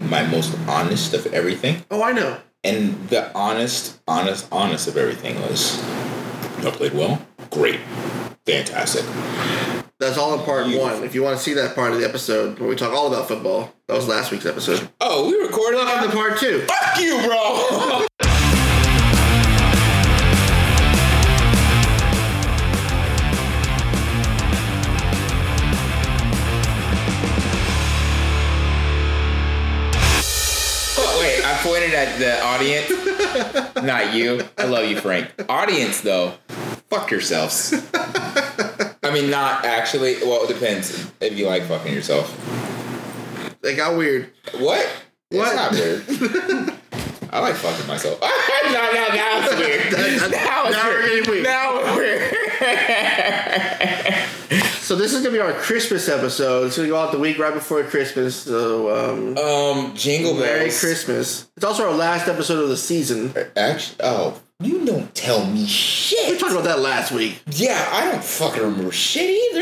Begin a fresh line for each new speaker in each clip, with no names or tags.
my most honest of everything.
Oh, I know.
And the honest, honest, honest of everything was, you played well, great, fantastic.
That's all in part one. If you want to see that part of the episode where we talk all about football, that was last week's episode.
Oh, we recorded
Look on the part two.
Fuck you, bro. Wait, I pointed at the audience. Not you. I love you, Frank. Audience, though, fuck yourselves. I mean, not actually. Well, it depends if you like fucking yourself.
It got weird.
What?
What?
That's not weird. I like fucking myself. no, no, now it's weird.
That- that-
now it's
now we're
weird.
getting weird.
Now we're weird.
So this is gonna be our Christmas episode. It's gonna go out the week right before Christmas. So um,
um, Jingle Bells.
Merry Christmas. It's also our last episode of the season.
Actually, oh, you don't tell me
We
shit.
talked about that last week.
Yeah, I don't fucking remember shit either.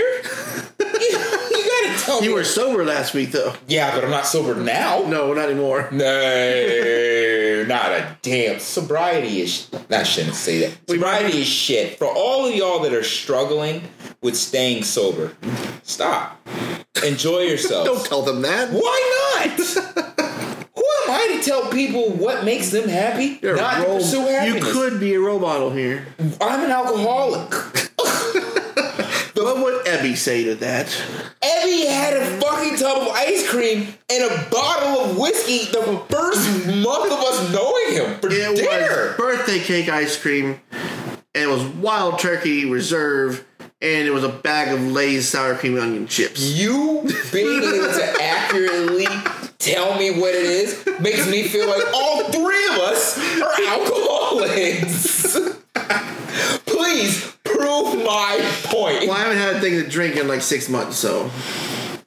you, you gotta tell me.
You were sober last week though.
yeah, but I'm not sober now.
No, not anymore.
No, not a damn. Sobriety is. I shouldn't say that. Sobriety is shit. For all of y'all that are struggling with staying sober, stop. Enjoy
Don't
yourself.
tell them that.
Why not? Who am I to tell people what makes them happy?
You're a
not to
role-
pursue
you
happiness.
could be a role model here.
I'm an alcoholic.
What would Ebby say to that?
Evie had a fucking tub of ice cream and a bottle of whiskey the first month of us knowing him for
It
dinner.
was birthday cake ice cream, and it was wild turkey reserve, and it was a bag of Lay's sour cream and onion chips.
You being able to accurately tell me what it is makes me feel like all three of us are alcoholics. Please prove my point.
Well, I haven't had a thing to drink in like six months, so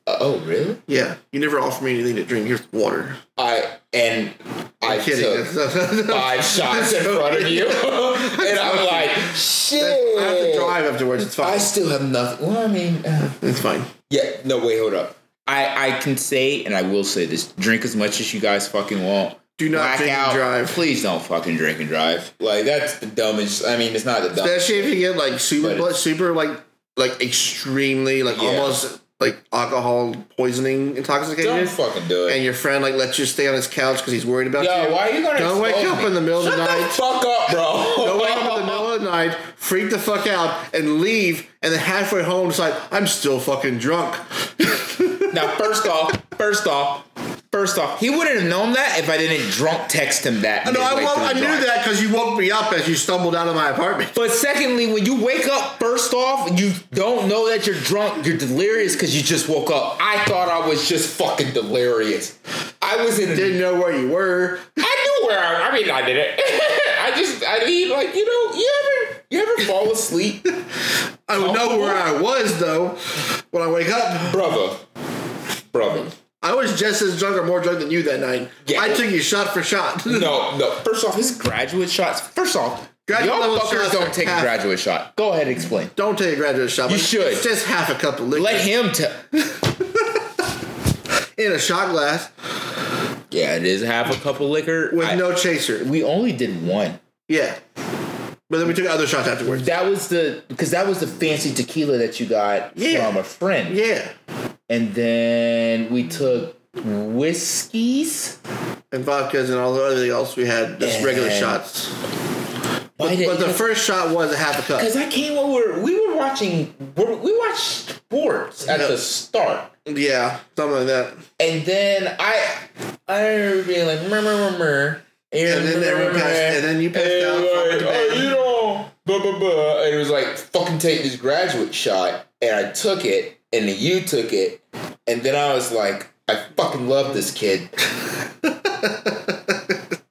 Oh, really?
yeah. You never offer me anything to drink. Here's water.
I and I
Kidding.
took
That's-
five shots in front of you, and I'm like,
I have to
shit.
drive afterwards. It's
I
fine.
still have nothing. Well, I mean. uh,
It's fine.
Yeah, no, wait, hold up. I, I can say, and I will say this drink as much as you guys fucking want.
Do not drink and drive.
Please don't fucking drink and drive. Like, that's the dumbest. I mean, it's not the dumbest.
Especially if you get like super
But
blood, super like like extremely like
Yeah.
almost like alcohol poisoning
Don't
intoxicated,
fucking do it.
and your friend like lets you stay on his couch because he's worried about
Yo,
you.
why are you gonna
Don't wake
expose
up
me?
in the middle of the
Shut
night.
fuck up, bro.
Don't wake up in the middle of the night, freak the fuck out, and leave, and then halfway home decide, I'm still fucking drunk.
Now, first off, first off, first off, he wouldn't have known that if I didn't drunk text him that.
No, I,
midway
woke,
through
I knew
driving.
that because you woke me up as you stumbled out of my apartment.
But secondly, when you wake up, first off, you don't know that you're drunk. You're delirious because you just woke up. I thought I was just fucking delirious. I was in. A,
Didn't know where you were.
I knew where. I, I mean, I did it. I just. I mean, like you know, you ever you ever fall asleep,
I would know where I was though when I wake up.
brother, brother.
I was just as drunk or more drunk than you that night.
Yeah.
I took you shot for shot.
No, no. First off, his graduate shots. First off,
Graduate
y'all
level
fuckers
shots
don't
are
take a
half-
graduate shot. Go ahead, explain.
Don't take a graduate shot.
You
but
should.
It's just half a cup of liquor
Let him tell.
in a shot glass
Yeah, it is half a cup of liquor.
with
I-
no chaser.
we only did one.
Yeah. But then we took other shots afterwards.
That was the because that was the fancy tequila that you got
Yeah.
from a friend,
Yeah.
and then we took whiskeys.
and vodkas and all the other thing else we had just
Yeah.
regular shots.
Why
But
did?
the first shot was a half a cup.
Because I came over, we were watching, we we watched sports at
Yeah.
the start,
Yeah, something like that.
and then I, I remember being like, murmur, murmur.
And then everyone passed- and then you passed out, fucked
Like,
the
oh,
band."
you know, blah blah blah. And it was like, fucking take this graduate shot, and I took it, and then you took it, and then I was like, I fucking love this kid.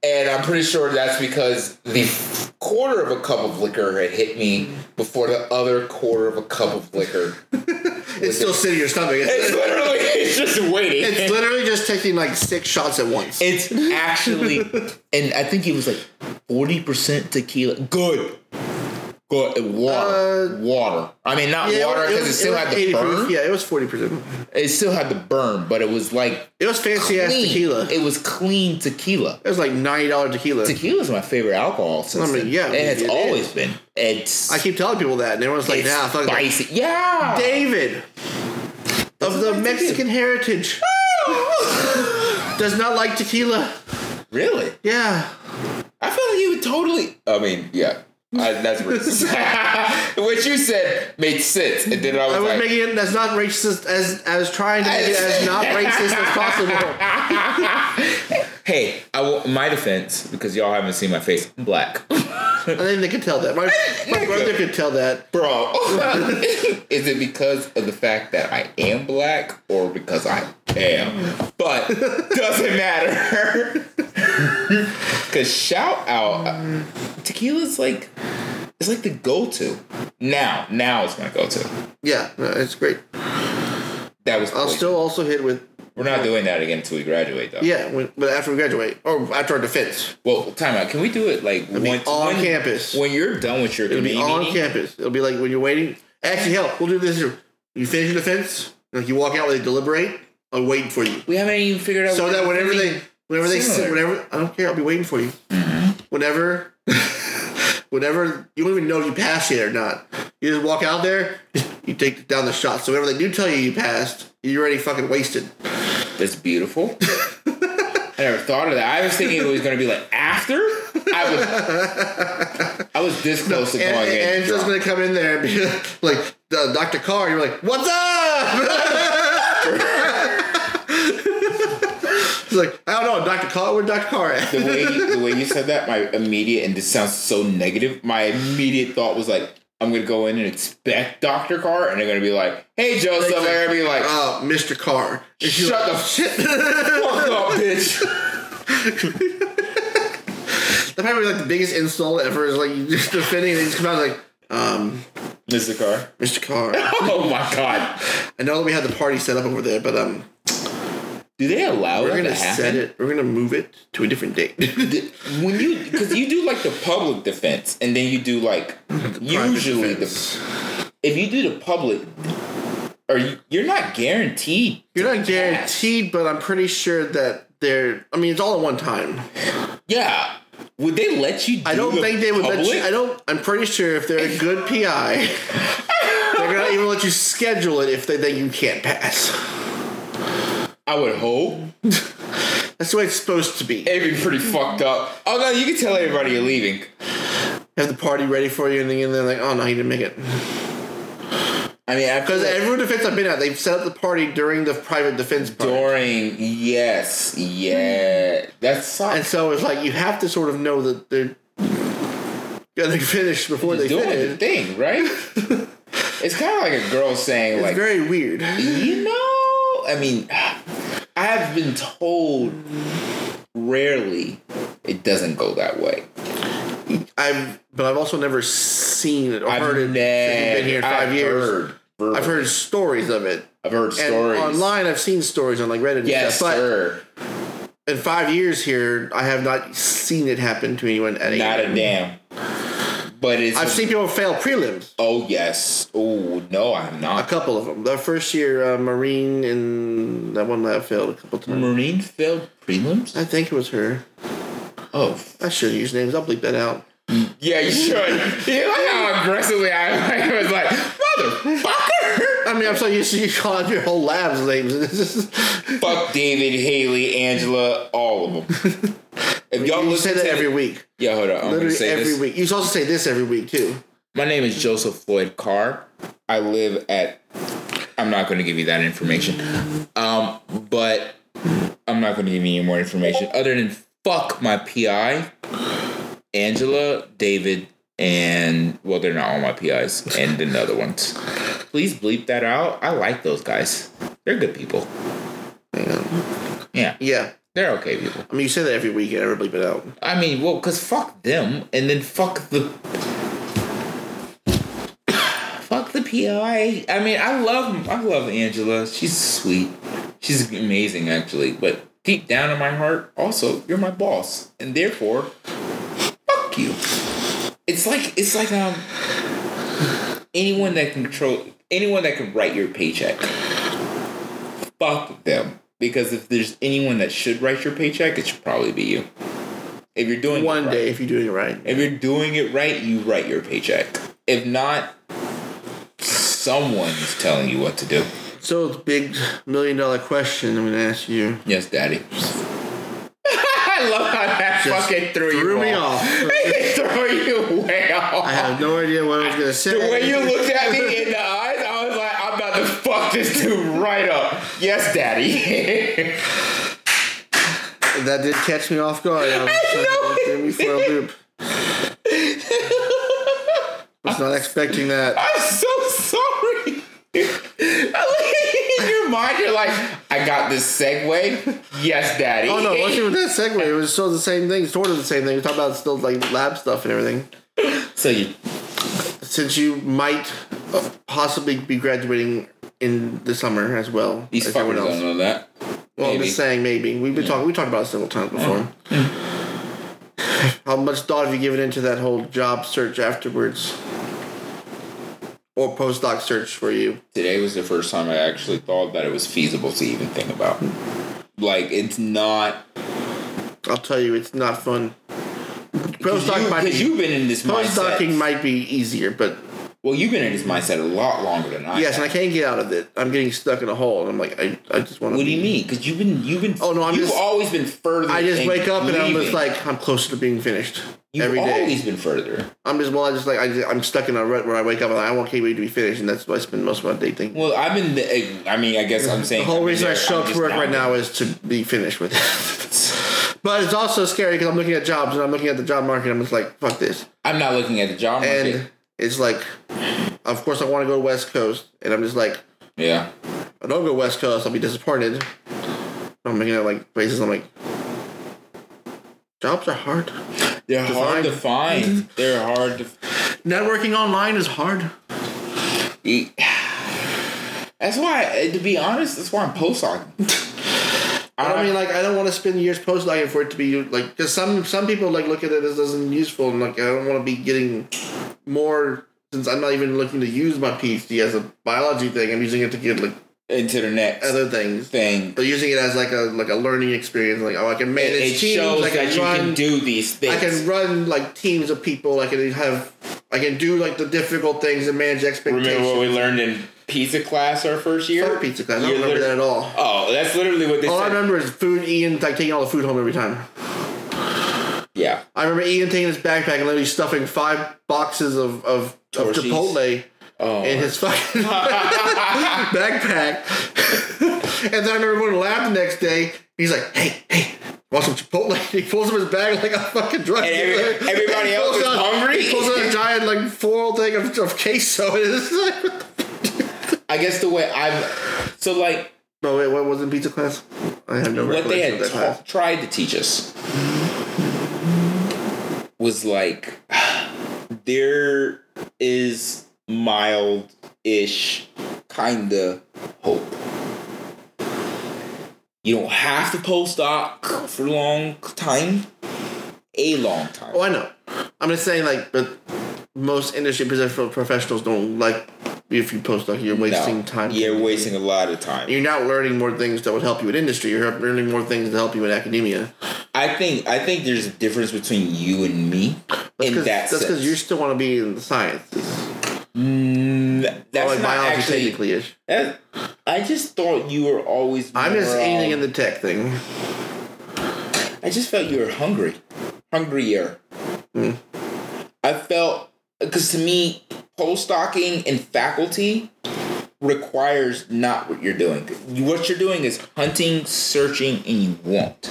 and I'm pretty sure that's because the quarter of a cup of liquor had hit me before the other quarter of a cup of liquor.
It's still sitting in your stomach.
It's
It's,
literally, it's just waiting.
it's literally just taking like six shots at once.
It's actually, and I think it was like forty percent tequila. Good, Go water,
Uh,
water. I mean, not water because it, still
was
had the
80
burn.
proof. Yeah, it was forty percent.
It still had the burn, but it was like
It was fancy ass
clean.
tequila. It
It was clean tequila.
was like ninety dollar tequila.
Tequila's my favorite alcohol since
I mean,
then.
yeah,
it has
it
always
is.
been. It's
I keep telling people that, and everyone's like,
it's
"Nah, fuck that."
spicy. Yeah,
David of the
what I
Mexican heritage does not like tequila.
really.
Yeah,
I feel like you would totally. I mean, yeah. I, that's racist. what you said made sense, and then I was
I was
like,
making it as not racist as as trying to make it as not racist as possible.
"Hey, I will, my defense because y'all haven't seen my face. I'm black,
I think they could tell that. My, my brother could tell that.
bro. Is it because of the fact that I am black or because I am? But doesn't matter. Cause shout out, uh, tequila's like it's like the go-to. Now, now it's my go-to.
Yeah, no, it's great.
That was.
I'll
poison.
still also hit with
We're not doing that again until we graduate, though.
yeah, when, but after we graduate or after our defense,
Well, time out. Can we do it like
be
once
on
when,
campus.
when you're done with your
it'll be
community
on
meeting?
campus. It'll be like when you're waiting. Actually, hell, we'll do this here. You finish your defense, like you walk out, they deliberate. I'm waiting for you.
We haven't even figured out.
so
what-
that whenever they, whenever they, sit,
Similar.
whenever I don't care, I'll be waiting for you. Whenever, whenever you don't even know if you passed yet or not, you just walk out there, you take down the shot. So whenever they do tell you you passed, you're already fucking wasted.
That's beautiful. I never thought of that. I was thinking it was going to be like after. I was. I was this close to
And,
going in.
and it's just gonna come in there and be like, uh, Dr. Carr, you're like, what's up? it's like, I don't know, Dr. Carr, where Dr. Carr at?
the way the way you said that, my immediate and this sounds so negative. My immediate thought was like, I'm gonna go in and expect Doctor Carr, and they're gonna be like, "Hey, Joseph," and they're gonna be like,
Uh, Mr. Carr. And she's
"Shut
like, "Oh,
the fuck up, bitch."
That might be like the biggest insult ever is like you just defending and they just come out like, um,
Mr. Carr.
Mr. Carr.
Oh my god.
I know that we had the party set up over there, but um
Do they allow
we're
that to
gonna set
happen?
it we're gonna move it to a different date.
When you because you do like the public defense, and then you do like usually the
defense.
if you do the public, or you, you're not guaranteed.
You're not guaranteed, but I'm pretty sure that they're I mean it's all at one time.
Yeah, would they let you? Do
I don't
the
think they would let
public?
you I don't I'm pretty sure if they're a good PI they're gonna even let you schedule it if they think you can't pass.
I would hope.
That's the way it's supposed to be.
It'd be pretty fucked up. Oh no, you can tell everybody you're leaving.
Have the party ready for you and then they're like, oh no, you didn't make it.
I mean, I feel
Because
like
everyone defense I've been at, they've set up the party during the private defense part.
during yes, yeah, that's
And
sucks.
so it's like you have to sort of know that they're gonna finish before they
doing the
finish.
thing, right? it's kind of like a girl saying like.
It's very weird.
You know, I mean, I have been told rarely it doesn't go that way.
I've but I've also never seen it or
I've
heard it. since you've been here 5
I've
years.
Heard,
I've heard stories of it.
I've heard
And
stories.
online I've seen stories on like Reddit and
yes,
stuff. But
sir.
in five years here, I have not seen it happen to anyone at
Not
any
a damn. But it's
um, I've seen people fail prelims.
oh yes, oh no, I'm
A
not.
couple of them. The first year, uh, Marine and that one lab failed a couple times.
Marine failed prelims.
I think it was her.
Oh f-
I shouldn't use names. I'll bleep that out.
yeah, you should. you like how aggressively I, I was like, motherfucker.
I mean, I'm so used to you calling your whole lab's names. and It's just,
Fuck David, Haley, Angela, all of them. If y'all
you
listen
say that
to
every week.
yeah, hold on, I'm gonna
Literally
say
every
this.
week. You also say this every week, too.
My name is Joseph Floyd Carr. I live at. I'm not going to give you that information, um, but I'm not going to give you any more information other than fuck my PI, Angela, David, and well, they're not all my PIs, and then the other ones. Please bleep that out. I like those guys. They're good people. Yeah,
Yeah.
they're okay people.
I mean, you say that every week and I never bleep it out.
I mean, well, because fuck them, and then fuck the. fuck the PI. I mean, I love I love Angela. She's sweet. She's amazing, actually. But deep down in my heart, also, you're my boss, and therefore, fuck you. It's like it's like um, anyone that can control anyone that can write your paycheck. Fuck them. Because if there's anyone that should write your paycheck, it should probably be you. If you're doing it
One
right.
day, if you're doing it right.
If you're doing it right, you write your paycheck. If not, someone's telling you what to do.
So the big million dollar question I'm gonna ask you.
Yes, daddy. I love how that
Just
fucking threw,
threw
you
me
off.
off.
threw you way off.
I have no idea what I was gonna say.
the way you looked at me in the eyes, I was like, I'm about to fuck this dude right up. Yes, daddy.
that did catch me off guard. I was
know
it threw me for a loop. Was not expecting that.
I'm so sorry. in your mind, you're like, I got this segue. Yes, daddy.
Oh no, it wasn't even that segue. It was still the same thing, sort of the same thing. We're talking about still like lab stuff and everything.
So you
Since you might possibly be graduating in the summer as well
These
as
fuckers
everyone
don't
else.
know that.
Well, I'm
Maybe.
just saying, maybe we've been talking. We talked about it several times before. How much thought have you given into that whole job search afterwards, or postdoc search for you?
Today was the first time I actually thought that it was feasible to even think about. Like it's not
I'll tell you, it's not fun.
because
Postdoc might be
you, have been in this
postdocing
mindset.
might be easier, but
well, you've been in this mindset a lot longer than I.
yes, and I
have.
can't get out of it. I'm getting stuck in a hole, and I'm like, I, I just want to.
What do you mean? Because you've been you've been.
Oh, no, I'm
You've
just-
always been further.
I just
in
wake up and I'm
leaving.
just like, I'm closer to being finished
You've
every day.
always been further.
I'm just well, I just like I just, I'm stuck in a rut where I wake up and I want can't wait to be finished, and that's what I spend most of my day thinking.
Well, I've been. The, eh, I mean, I guess I'm saying
The whole
I've been
reason I
there,
show
I'm
up to
just
work
not
right
there.
now is to be finished with it. but it's also scary because I'm looking at jobs and I'm looking at the job market. And I'm just like, fuck this.
I'm not looking at the job market.
And it's like, of course, I want to go West Coast, and I'm just like,
yeah,
I don't go West Coast, I'll be disappointed. I'm looking at like places. I'm like, jobs are hard.
they're hard
Design.
to
Mm-hmm.
find. They're hard to.
Networking online is hard.
Eat. That's why, eh, to be honest, that's why I'm postdocing.
I don't mean like I don't want to spend years postdocing for it to be like because some some people like look at it as isn't useful and like I don't want to be getting more since I'm not even looking to use my PhD as a biology thing. I'm using it to get like
into the next
other things,
thing.
but using it as like a like a learning experience. Like oh, I can
It,
manage
it
teams.
shows
I can
that you
run.
can do these things.
I can run like teams of people. I can have. I can do like the difficult things and manage expectations.
remember what we learned in pizza class our first year.
Fuck pizza class. I
You
don't remember that
literally-
at all.
Oh, that's literally what they
All I
said.
remember is food. Ian like taking all the food home every time.
yeah,
I remember Ian taking his backpack and literally stuffing five boxes of of, of
Torchies.
Chipotle
Oh.
in his fucking backpack. and then I remember going to lab the next day. He's like, "Hey, hey, want some Chipotle?" He pulls up his bag like a fucking drug
And every-
dealer.
everybody
He
else
pulls
is
out-
hungry?
He pulls out a giant like foil thing of, of queso. And it's like, what the-
I guess the way I've so like
no, wait, what was in pizza class? I have no
what they
recollection
had
of that class.
ta- tried to teach us was like there is mild ish kind of hope. You don't have to postdoc for a long time, a long time.
Oh, I know. I'm just saying, like, but most industry professional- professionals don't like if you postdoc, you're
No,
wasting time.
You're wasting a lot of time.
You're not learning more things that would help you in industry. You're learning more things that help you in academia.
I think I think there's a difference between you and me in
'Cause
that
that's
sense.
because you still want to be in the sciences,
Mm, that's
or like
not
biology
actually.
technically ish.
That, I just thought you were always.
I'm just
more,
aiming
um,
in the tech thing.
I just felt you were hungry, hungrier.
Hmm.
I felt because to me, postdocing and faculty requires not what you're doing. What you're doing is hunting, searching, and you want.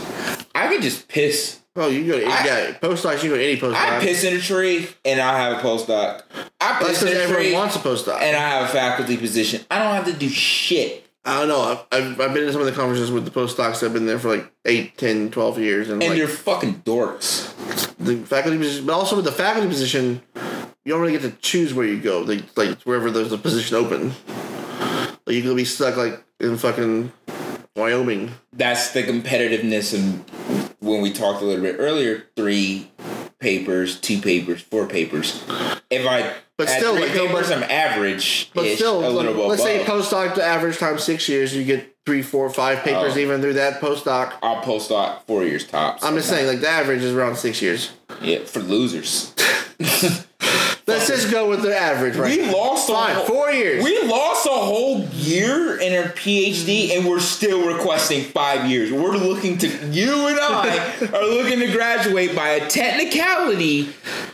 I could just piss.
Oh, you go to
I-
any yeah, postdocs. You go to any postdoc.
I piss in a tree, and I have a postdoc. I
That's
piss
because
in a
everyone
tree,
wants a postdoc.
and I have a faculty position. I don't have to do shit.
I don't know. I've, I've, I've been in some of the conferences with the postdocs. I've been there for like 8, 10, 12 years. And,
And
like,
you're fucking dorks.
the faculty position, but also with the faculty position, you don't really get to choose where you go. Like, like wherever there's a position open, like you could be stuck like in fucking Wyoming.
that's the competitiveness and when we talked a little bit earlier three papers two papers four papers if i
But
At
still,
three
like,
papers,
nobody-
I'm average.
But still,
a
like,
little bit
let's say
above.
postdoc the average time six years, you get three, four, five papers
Oh.
even through that postdoc.
I'll post out four years tops.
I'm just saying, like the average is around six years.
Yeah, for losers.
Let's just go with the average, right?
We lost a
Fine,
whole,
four years.
We lost a whole year in our PhD, and we're still requesting five years. We're looking to you and I are looking to graduate by a technicality,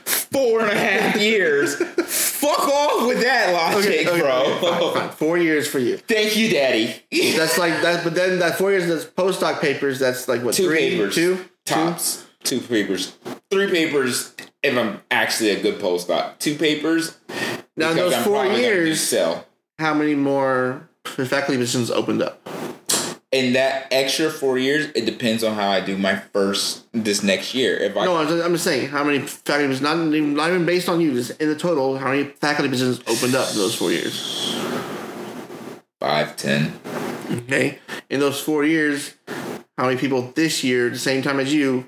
four and a half years. Fuck off with that logic,
okay,
bro.
Fine, four years for you.
Thank you, Daddy.
That's like that, but then that four years that's postdoc papers. That's like what
Two
three,
papers,
two,
tops, two papers, three papers. If I'm actually a good postdoc, two papers.
Now
because
in those
I'm
four
probably gonna do
years,
sell.
how many more faculty positions opened up?
in that extra four years, it depends on how I do my first this next year. If I
No, I'm just, I'm just saying how many faculty positions. Not even, not even based on you. Just in the total, how many faculty positions opened up in those four years?
five ten,
Okay. In those four years, how many people this year, at the same time as you,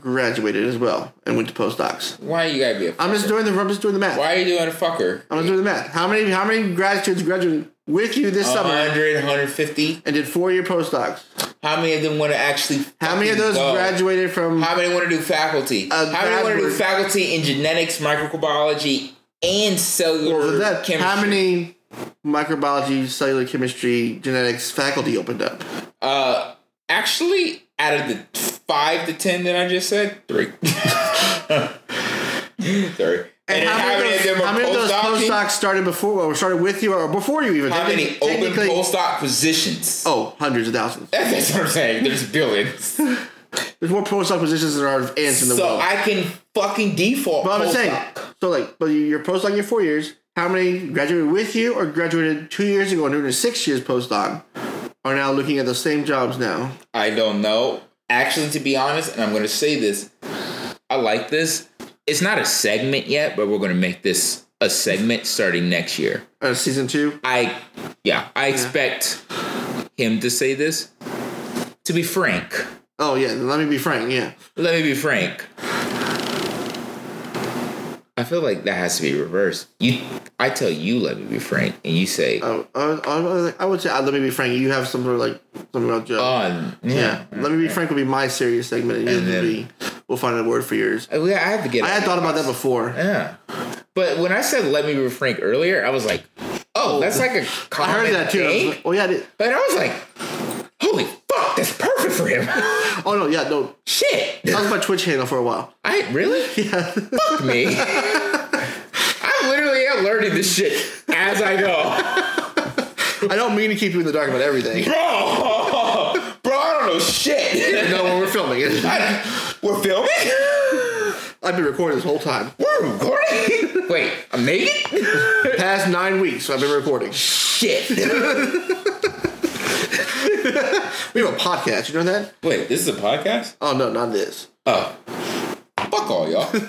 graduated as well and went to postdocs?
why you gotta be a fucker?
I'm just doing the I'm just doing the math.
why are you doing a fucker?
I'm just doing the math. How many how many grad students graduated with you
Uh,
this summer
100, 150.
and did four year postdocs?
How many of them want to actually?
How many of
fucking
those
go?
graduated from
How many want to do faculty?
Uh,
how many want to do
graduate-
faculty in genetics, microbiology, and cellular
well, that,
chemistry?
how many microbiology, cellular chemistry, genetics faculty opened up?
Uh, actually, out of the five to ten that I just said, three. Sorry. then
And, how, many of those,
are
how many of those
postdocing?
postdocs started before or started with you or before you even?
How many
Technically-
open
technically-
postdoc positions?
Oh, hundreds of thousands.
That's what I'm saying. There's billions.
There's more postdoc positions than there are ants in the
so
world.
I can fucking default.
but I'm just saying,
postdoc.
so like, but your postdoc, your four years, how many graduated with you or graduated two years ago and doing a six years postdoc are now looking at the same jobs now?
I don't know. Actually, to be honest, and I'm going to say this, I like this. It's not a segment yet, but we're going to make this a segment starting next year.
Uh, season two.
I, yeah, I expect him to say this. To be frank,
Oh yeah, let me be frank. Yeah,
let me be frank. I feel like that has to be reversed. You, I tell you, let me be frank, and you say,
oh, uh, uh, I would say uh, let me be frank. You have some sort of like something about jobs.
on.
Oh, yeah, let me be frank would be my serious segment, and, yours
And
would
then-
be we'll find a word for yours.
I, I had to get.
I had thought about that before.
Yeah, but when I said "let me be frank" earlier, I was like, "Oh, that's like a
I
common
heard that too. I was
thing.
like, oh yeah, I did.
But I was like, "Holy fuck, that's perfect for him."
oh no, yeah, no.
Shit,
That was my Twitch channel for a while.
I really
Yeah.
fuck me. I literally am learning this shit as I go,
I don't mean to keep you in the dark about everything.
bro. Bro, I don't know shit.
No, when we're filming it.
I- we're filming.
I've been recording this whole time.
We're recording. Wait, I made it.
Past nine weeks, I've been recording.
Shit.
We have a podcast, you know that?
Wait, this is a podcast.
Oh, no, not this.
Oh, fuck all y'all. Wait,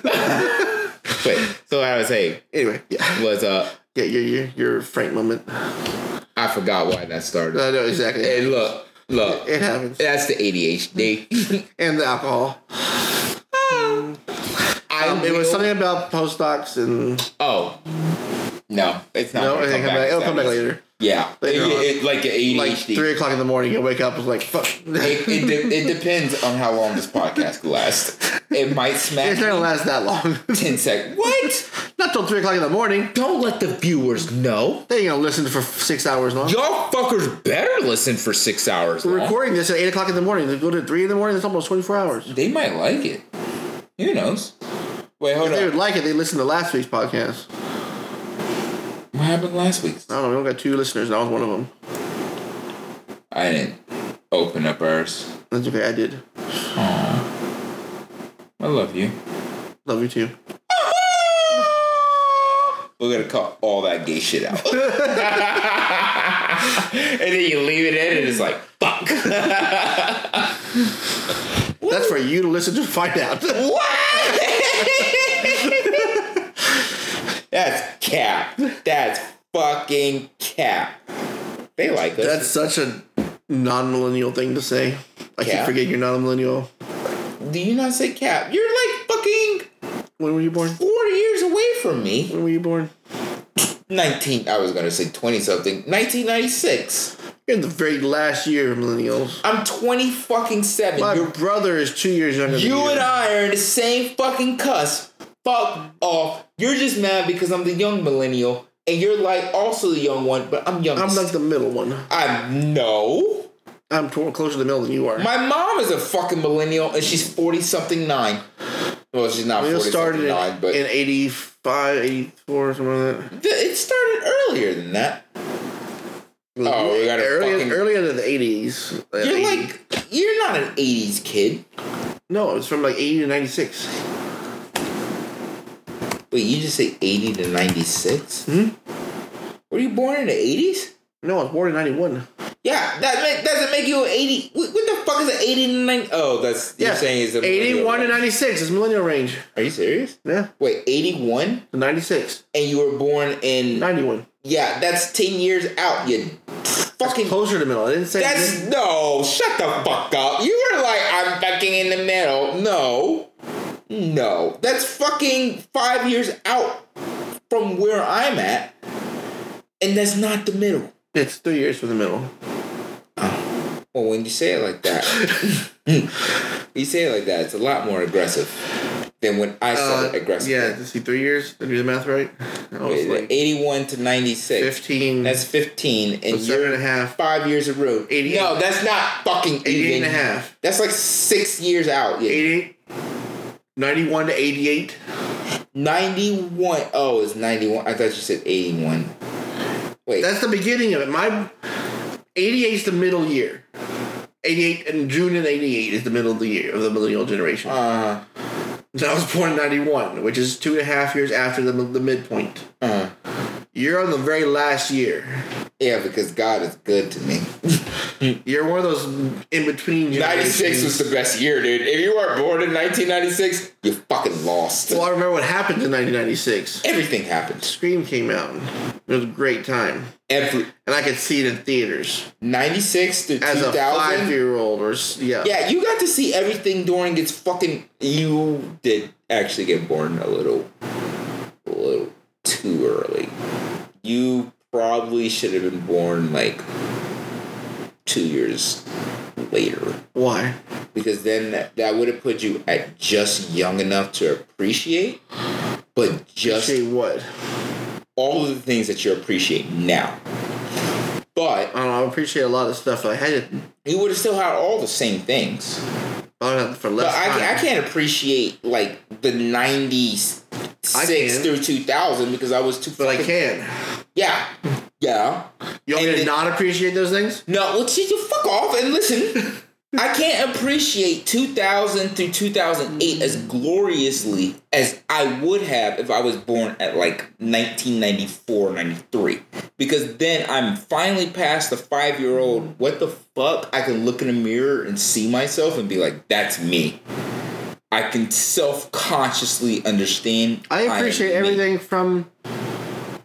so what I was saying
Anyway, yeah.
was uh,
Yeah, your, your, your Frank moment. I
I forgot why that started.
know exactly.
Hey, look, look,
It happens.
that's the ADHD.
And the alcohol.
I
Um, It was
will-
something about postdocs and.
Oh, no, it's not.
No,
gonna
it'll come back, it'll come back later.
Yeah,
Later
It-
on.
it- like the ADHD.
Like 3 o'clock in the morning, you'll wake up and like, fuck.
it, it, de- it depends on how long this podcast lasts. It might
It's
smack
not gonna last that long.
ten seconds. What?
not till 3 o'clock in the morning.
Don't let the viewers know.
They ain't gonna listen for six hours long.
Y'all fuckers better listen for six hours.
We're
long.
recording this at 8 o'clock in the morning. They go to 3 in the morning, it's almost 24 hours.
They might like it. Who knows? Wait, hold
If they
on.
would like it, they listen to last week's podcast.
What happened last week?
I don't know. We only got two listeners, and I was one of them.
I didn't open up ours.
That's okay. I did.
I love you.
Love you too.
We're gonna cut all that gay shit out. and then you leave it in and it's like, fuck.
That's for you to listen to find out.
What? That's cap. That's fucking cap. They like us.
That's such a non-millennial thing to say. I keep
Yeah.
forgetting you're not a millennial.
Do you not say cap? You're like fucking
When were you born?
four years away for me.
When were you born?
19, I was going to say 20 something. 1996.
You're in the very last year of millennials.
I'm 20 fucking 7.
My
You're-
brother is two years younger than
you
you.
and I are in the same fucking cusp. Fuck off. You're just mad because I'm the young millennial and you're like also the young one, but I'm young.
I'm like the middle one.
I know.
I'm tw- closer to the middle than you are.
My mom is a fucking millennial and she's 40 something nine. Well, she's not
Millennials
40
started
something
in,
nine, but
in 85, 84, something like that.
Th- it started earlier than that. Oh, we gotta
early,
fucking-
early into the 80s. uh,
You're
80.
like, you're not an 80s kid.
No, it's from like 80 to 96.
Wait, you just say 80 to 96? Hmm? Were you born in the 80s?
No, I was born in 91.
Yeah, that make, doesn't make you an 80. What, what the fuck is an 80 to 90? Oh, that's, you're saying it's a millennial,
81 to
right?
96 is millennial range.
Are you serious?
Yeah,
Wait, 81?
to 96.
And you were born in.
91.
Yeah, that's 10 years out, you fucking.
Closer to the middle. I didn't say
That's. No, shut the fuck up. You were like, I'm fucking in the middle. No. No. That's fucking five years out from where I'm at. And that's not the middle.
it's three years from the middle.
Well, when you say it like that, you say it like that, it's a lot more aggressive than when I said it aggressively.
Uh, Yeah, did you see three years? Did I do the math right? I was
Wait,
like
81 to 96.
15,
That's 15, and
seven
you're
and a half,
five years of road.
88.
No, that's not fucking
88
even.
and a half,
That's like six years out. Yeah.
88, 91 to 88.
91. Oh, it's 91. I thought you said 81. Wait.
That's the beginning of it. My 88 is the middle year. 88 and June and 88 is the middle of the year of the millennial generation.
uh,
I was born in 91, which is two and a half years after the, the midpoint.
uh,
You're on the very last year.
yeah, because God is good to me.
You're one of those in between.
96 was the best year, dude. If you weren't born in 1996, you fucking lost.
Well, I remember what happened in 1996.
Everything happened.
Scream came out. It was a great time,
Every
and I could see it in theaters
96 to
as a
2000.
five-year-old. Or s- yeah,
Yeah, you got to see everything during its fucking. You did actually get born a little, a little too early. You probably should have been born like two years later,
Why?
because then that, that would have put you at just young enough to appreciate, but just
See what?
all of the things that you appreciate now. But
I don't know. I appreciate a lot of stuff. I had it
you would have still had all the same things.
I don't know, for
But
less
I,
time.
I can't appreciate like the '90s
I
six
can.
through 2000 because I was too.
but I
fucking-
can.
Yeah, yeah.
You want
And
me to
it-
not appreciate those things?
No, well, shit, you fuck off and listen. I can't appreciate 2000 through 2008 as gloriously as I would have if I was born at like 1994, 93. Because then I'm finally past the five year old, what the fuck? I can look in a mirror and see myself and be like, that's me. I can self consciously understand.
I
am
appreciate
me.
everything from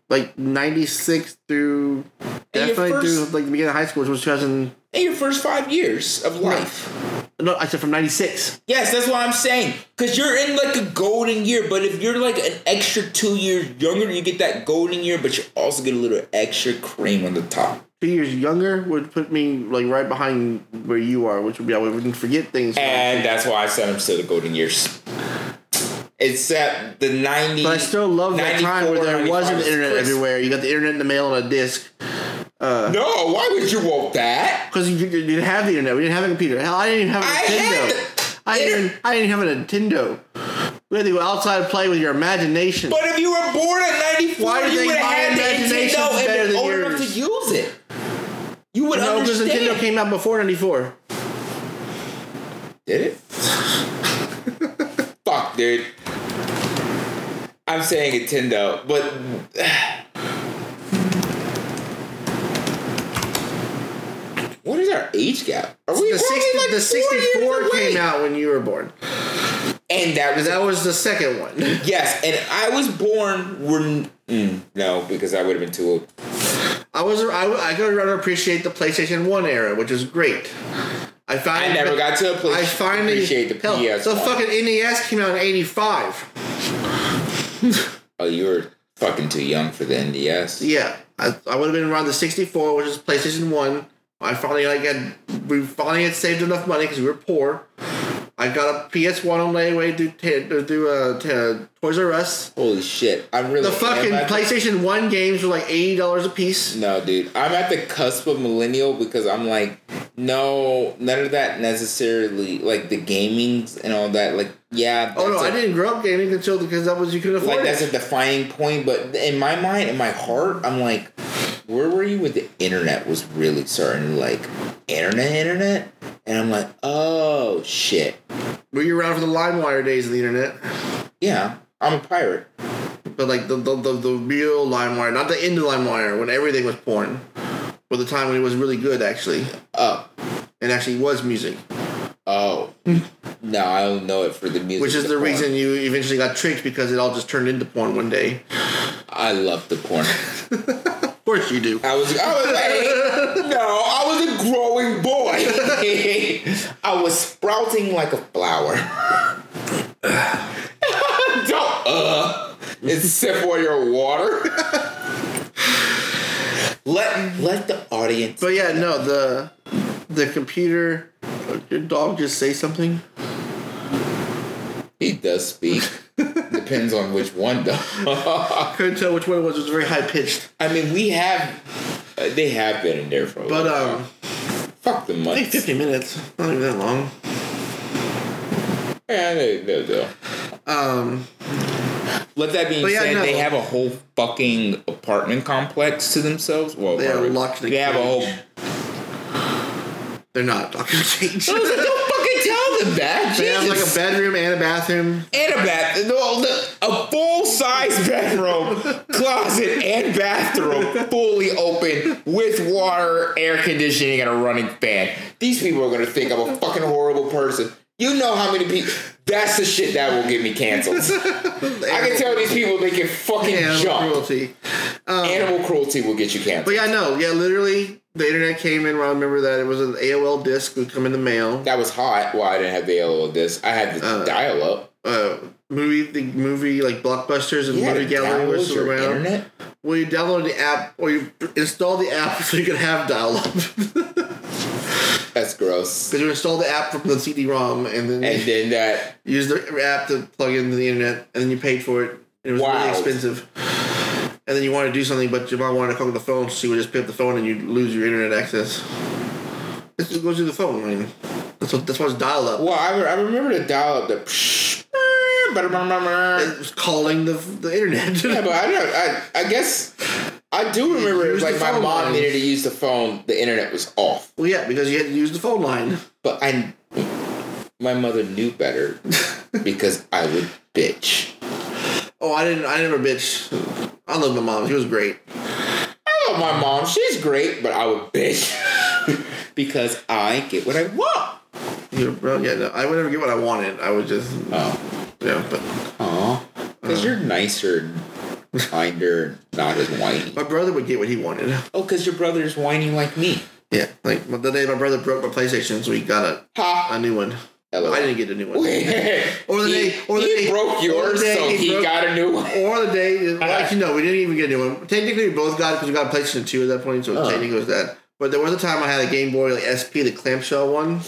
like '96 through
And your
definitely through
first-
like the beginning of high school, which was 2000.
In your first five years of life.
No, I said from '96.
Yes, that's what I'm saying. Cause you're in like a golden year, but if you're like an extra two years younger, you get that golden year, but you also get a little extra cream on the top.
Two years younger would put me like right behind where you are, which would be I wouldn't forget things.
And that's why I said I'm still the golden years. Except the 90s.
But I still love that time where there wasn't internet everywhere. You got the internet in the mail on a disc.
No, why would you want that?
Because you, you didn't have the internet. We didn't have a computer. Hell, I didn't even have a
I had
Nintendo. I didn't, even, I didn't have a Nintendo. We had to go outside and play with your imagination.
But if you were born in 94,
Why do you
you
think
would
my
have had the
imagination's
Nintendo and
better
been
than
old enough to
yours?
use it. You would
no, because
understand.
Nintendo came out before 94.
Did it? Fuck, dude. I'm saying Nintendo, but what is our age gap? Are we
The, 60,
only like
the 64 came
out,
out when you were born.
and that was
That was the second one.
yes. And I was born. We're mm, no, because I would have been too old.
I was I, I could rather appreciate the PlayStation 1 era, which is great. I
I
finally
never got to a place.
I finally
appreciate the
hell,
PS.
The fucking NES came out in 85.
Oh, you were fucking too young for the NDS.
Yeah, I, I would have been around the 64, which is PlayStation 1. I finally like had we finally had saved enough money because we were poor. I got a PS1 on layaway through ta- through uh, ta- Toys R Us.
Holy shit! I'm really
The fucking
am at the-
PlayStation 1 games were like $80 a piece.
No, dude, I'm at the cusp of millennial because I'm like, no, none of that necessarily like the gamings and all that. Like, yeah.
Oh no,
that's
I
a-
didn't grow up gaming until because that was you couldn't afford
Like that's
it.
a defining point, but in my mind, in my heart, I'm like, where were you when the internet was really starting? to, Like, internet, internet, and I'm like, oh shit,
Were you around for the LimeWire days of the internet?
yeah, I'm a pirate.
But like the the, the, the real LimeWire, not the end of LimeWire when everything was porn, or the time when it was really good actually,
Oh,
and actually was music,
oh, no, I don't know it for the music.
which is the
porn.
reason you eventually got tricked because it all just turned into porn one day.
I love the porn.
Of course you do.
I was, I was like, no, I was a growing boy. I was sprouting like a flower. Don't, uh, except for your water. let, let the audience.
But yeah, no the the computer. Your dog just say something.
He does speak. Depends on which one, though.
I couldn't tell which one it was. It was very high pitched.
I mean, we have, uh, they have been in there for a
But
while.
um,
Fuck the
I
money.
think fifty minutes. Not even that long.
Yeah, no, no, no.
Um,
Let that being
But yeah,
said,
no.
they have a whole fucking apartment complex to themselves. Well,
They are
apartment-
locked in a
They have a whole.
cage. they're not talking change.
I was like, Don't fucking tell them that.
They
Jesus.
have like a bedroom and a bathroom.
and a bath, no, the- a full size bedroom, closet, and bathroom, fully open with water, air conditioning, and a running fan. These people are gonna think I'm a fucking horrible person. You know how many people? That's the shit that will get me canceled. I can tell these people they can fucking
animal
jump.
cruelty.
Animal cruelty will get you canceled.
But yeah, no, yeah, literally, the internet came in. I remember that it was an AOL disc would come in the mail.
That was hot. Well, I didn't have the LOL disc. I had the
Uh,
dial up.
Uh, movie, the movie like blockbusters and movie gallery was still around.
internet.
Well, you download the app or you install the app so you could have dial up.
That's gross.
Because you install the app from the CD-ROM and then
And then that.
you use the app to plug into the internet and then you paid for it. And it was
Wow.
really expensive. And then you want to do something, but your mom wanted to call the phone, so you would just pick up the phone and you lose your internet access. It just goes through the phone. I mean, that's what, that's why it's dial up.
Well, I, re- I remember the dial up. The. psh,
It was calling the the internet.
Yeah, but I don't. I, I guess I do remember.
Use
Like
the
my
phone
mom
lines.
needed to use the phone. The internet was off.
well, yeah, because you had to use the phone line.
But I. My mother knew better because I would bitch.
Oh, I didn't. I never bitch. I love my mom. She was great.
I love my mom. She's great, but I would bitch because I get what I want.
You know, yeah, no, I would never get what I wanted. I would just,
Oh.
yeah. But
Aw. Because you're nicer, and kinder, and not as whiny.
my brother would get what he wanted.
Oh, because your brother's whiny like me.
Yeah, like the day my brother broke my PlayStation, so he got a
Ha!
a new one.
Hello.
I didn't get a new one.
or
Or the
he,
day- or the
he
day-
broke
or the
yours,
day
so
he
he
broke-
got a new one.
Or the day, actually, no, we didn't even get a new one. Technically, we both got it because we got a PlayStation 2 at that point, so technically it was that. But there was a time I had a Game Boy like SP, the clamshell one.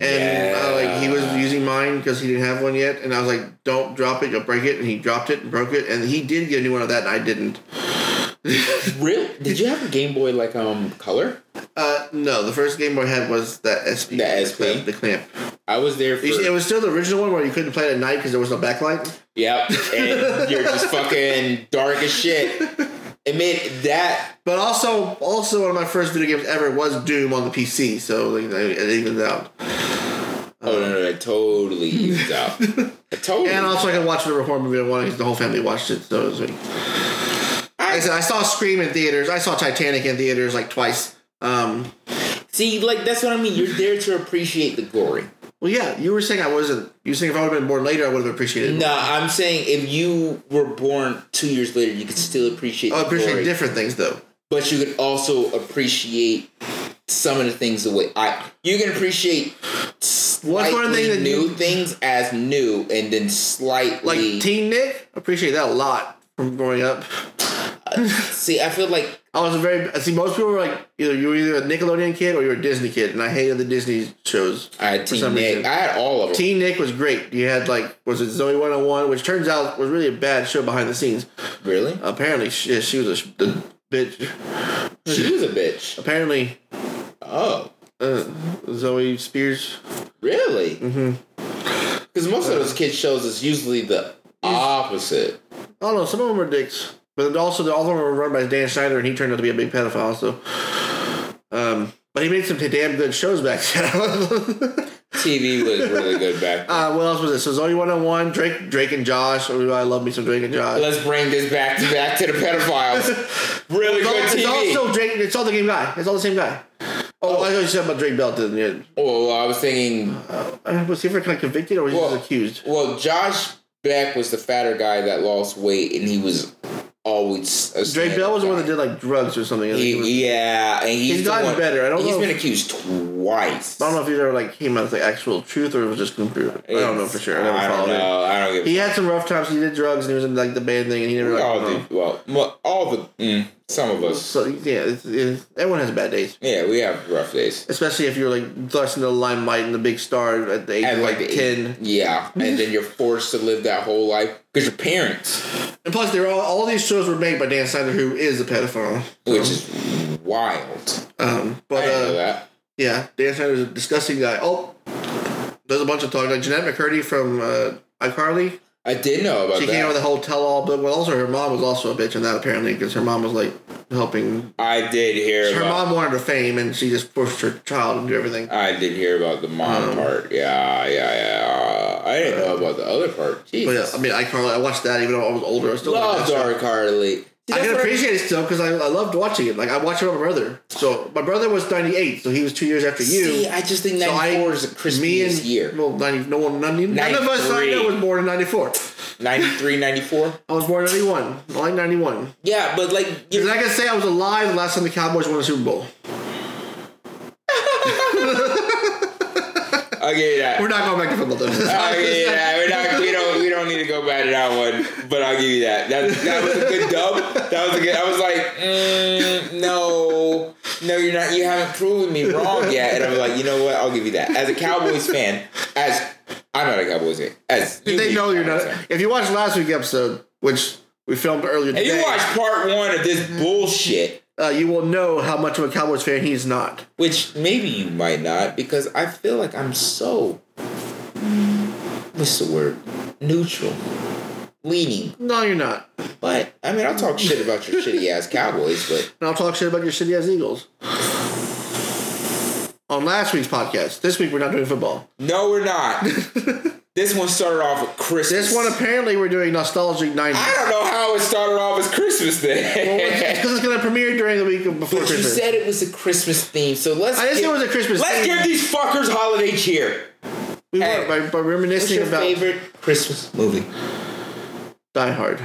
And uh, like he was using mine because he didn't have one yet, and I was like, "Don't drop it, you'll break it." And he dropped it and broke it, and he did get a new one of that, and I didn't.
Real? Did you have a Game Boy like um color?
Uh, no, the first Game Boy I had was that SP,
The SP?
clamp, the clamp.
I was there for.
You see, it was still the original one where you couldn't play it at night because there was no backlight.
yep, and you're just fucking dark as shit. It made that.
But also, also one of my first video games ever was Doom on the PC, so like, it evens out.
Oh no, no, that totally used up. Totally.
And also, I could watch whatever horror movie I wanted because the whole family watched it. So it was like, I said, I saw Scream in theaters. I saw Titanic in theaters like twice. Um,
See, like that's what I mean. You're there to appreciate the glory.
well, yeah, you were saying I wasn't. You were saying if I would have been born later, I would have appreciated. it.
No, I'm saying if you were born two years later, you could still appreciate.
I
the
would Oh, appreciate
glory,
different things though.
but you could also appreciate some of the things the way I. You can appreciate s-
one
slightly
thing that
new
you-
things as new, and then
Like
slightly.
Team Nick, I appreciate that a lot from growing up.
see, I feel like
I was a very I see most people were like either you were either a Nickelodeon kid or you were a Disney kid, and I hated the Disney shows.
I had
For
Team
some
Nick.
reason.
I had all of them.
Teen Nick was great. You had like was it Zoe 101, which turns out was really a bad show behind the scenes.
really?
Apparently, she, she was a, sh- the bitch. Mm-hmm.
She was a bitch.
Apparently,
Oh,
uh, Zoe Spears.
really? Mm-hmm. Because most of those kids shows is usually the opposite.
I don't know. Some of them were dicks, but also all of them were run by Dan Schneider, and he turned out to be a big pedophile. So, um, but he made some damn good shows back then.
TV was really good back. then.
Uh, what else was it? So Zoe 101, Drake, Drake and Josh. Oh, I love me some Drake and Josh.
Let's bring this back to back to the pedophiles. Really
It's, all,
good
it's all
TV.
still Drake. It's all the same guy. It's all the same guy. Oh, I thought you said about Drake Belton. Yeah.
oh, well, I was thinking.
Uh, Was he ever kind of convicted or was he
Well-
just accused?
Well, Josh Beck was the fatter guy that lost weight, and he was always a
Drake
stand-up
Bell was the one
guy.
that did like drugs or something. I think it was-
He, yeah, and he's,
He's
the
gotten
one-
better. I don't
He's
know
been
if-
accused twice.
I don't know if he ever like came out with the actual truth or it was just computer. I don't know for sure. I never
I don't
followed it.
know. I don't give. a
He had some rough times. He did drugs and he was in like the band thing and he never.
We
Like,
all
oh.
do. Well, mo- all the mm, some of us.
So yeah, it's, it's, everyone has bad days.
Yeah, we have rough days.
Especially if you're like thrust into the limelight and the big star at the age
At
of
like
like,
the
ten.
Yeah, and then you're forced to live that whole life because your parents,
And plus, they're all, all these shows were made by Dan Snyder, who is a pedophile.
which is wild.
Um,
I
but
didn't know
uh,
that.
yeah, Dan Snyder's a disgusting guy. Oh, there's a bunch of talk. Like Jeanette McCurdy from uh, iCarly,
I did know about
she came out
that.
with a whole tell-all book. Well, also her mom was also a bitch in that apparently because her mom was like helping.
I did hear
Her
about.
mom wanted her fame, and she just pushed her child into everything.
I did hear about the mom
Um,
part. Yeah, yeah, yeah. I didn't know about the other part.
But yeah,
Jesus.
I mean, iCarly. I watched that even though I was older. I still
Love
loved that show.
Dark Harley.
I can appreciate it still because I, I loved watching it. Like I watched it with my brother. So my brother was ninety eight, so he was two years after you.
See, I just think
So I-
94 is the
me and
crispiest year.
Well, 90, no one, none, none of us I know
93.
was born in '94.
93, 94?
I was born in '91. I like '91.
Yeah, but like,
Because
you
I can say I was alive the last time the Cowboys won a Super Bowl.
I'll give you that.
We're not going back to football though.
I'll give you that. We're not, we don't. We don't need to go back to that one. But I'll give you that. That, that was a good dub. That was a good. I was like, mm, no, no, you're not. You haven't proven me wrong yet. And I'm like, you know what? I'll give you that. As a Cowboys fan, as I'm not a Cowboys fan. As you
they
being
know
a
you're
Cowboys
not.
fan.
If you watched last week's episode, which we filmed earlier
If
today,
you watch part one of
Mm-hmm.
this bullshit,
uh, you will know how much of a Cowboys fan he's not.
which maybe you might not, because I feel like I'm so what's the word? Neutral, leaning.
No, you're not.
But I mean, I'll talk shit about your shitty ass Cowboys, but
And I'll talk shit about your shitty ass Eagles. On last week's podcast, this week we're not doing football.
no, we're not. this one started off with Christmas.
This one apparently we're doing nostalgic '90s.
I don't know how it started off as Christmas
Well, it's
then.
because it's going to premiere during the week before
but you
Christmas.
said it was a Christmas theme, so let's.
I didn't say
give-
it was a Christmas
Let's
theme.
give these fuckers holiday cheer.
we
Hey,
were by, by
What's
reminiscing
your
about
favorite Christmas movie?
Die Hard.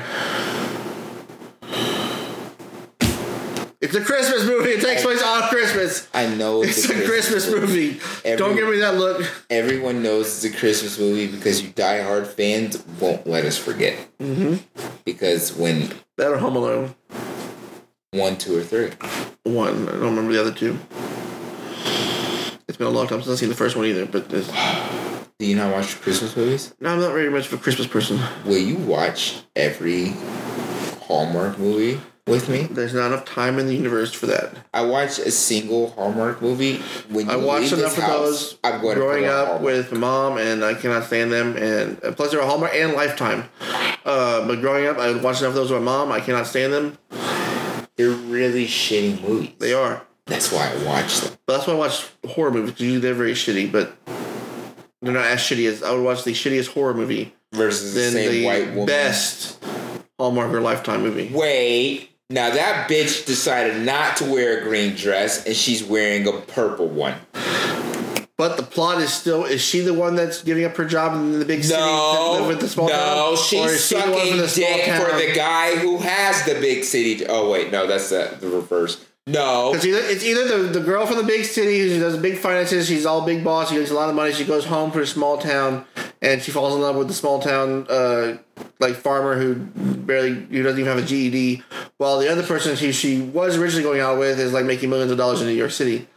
It's a Christmas movie. It takes place on Christmas.
I know
It's a Christmas
movie.
movie.
Every-
Don't give me that look.
Everyone knows it's a Christmas movie because you diehard fans won't let us forget. Mm-hmm. Because when
That or Home Alone.
one, two, or three.
One. I don't remember the other two. It's been a long time since I've seen the first one either, but it's,
Do you not watch Christmas movies?
no, I'm not very much of a Christmas person.
Will you watch every Hallmark movie with me?
There's not enough time in the universe for that.
I watched a single Hallmark movie when you
I watched
leave
enough
this
of
house,
those
I'm going
growing
to put on
up
Hallmark.
with my mom, and I cannot stand them. And and plus, they're a Hallmark and Lifetime. Uh, but growing up, I watched enough of those with my mom. I cannot stand them.
They're really shitty movies.
They are.
That's why I watch them.
But that's why I watch horror movies because they're very shitty, but they're not as shitty as I would watch the shittiest horror movie
Versus the
than
same
the
white woman.
best Hallmark or Lifetime movie.
Wait. Now that bitch decided not to wear a green dress and she's wearing a purple one.
But the plot is still: is she the one that's giving up her job in the big city to
No,
live with the small
no,
town? Or
she's
is she the one
sucking
from the small
dick for
town?
the guy who has the big city. Oh wait, no, that's the, the reverse. No.
It's either, it's either the, the girl from the big city who does big finances, she's all big boss, she makes a lot of money, she goes home to a small town, and she falls in love with the small town uh, like farmer who barely who doesn't even have a GED, while the other person she she was originally going out with is like making millions of dollars in New York City,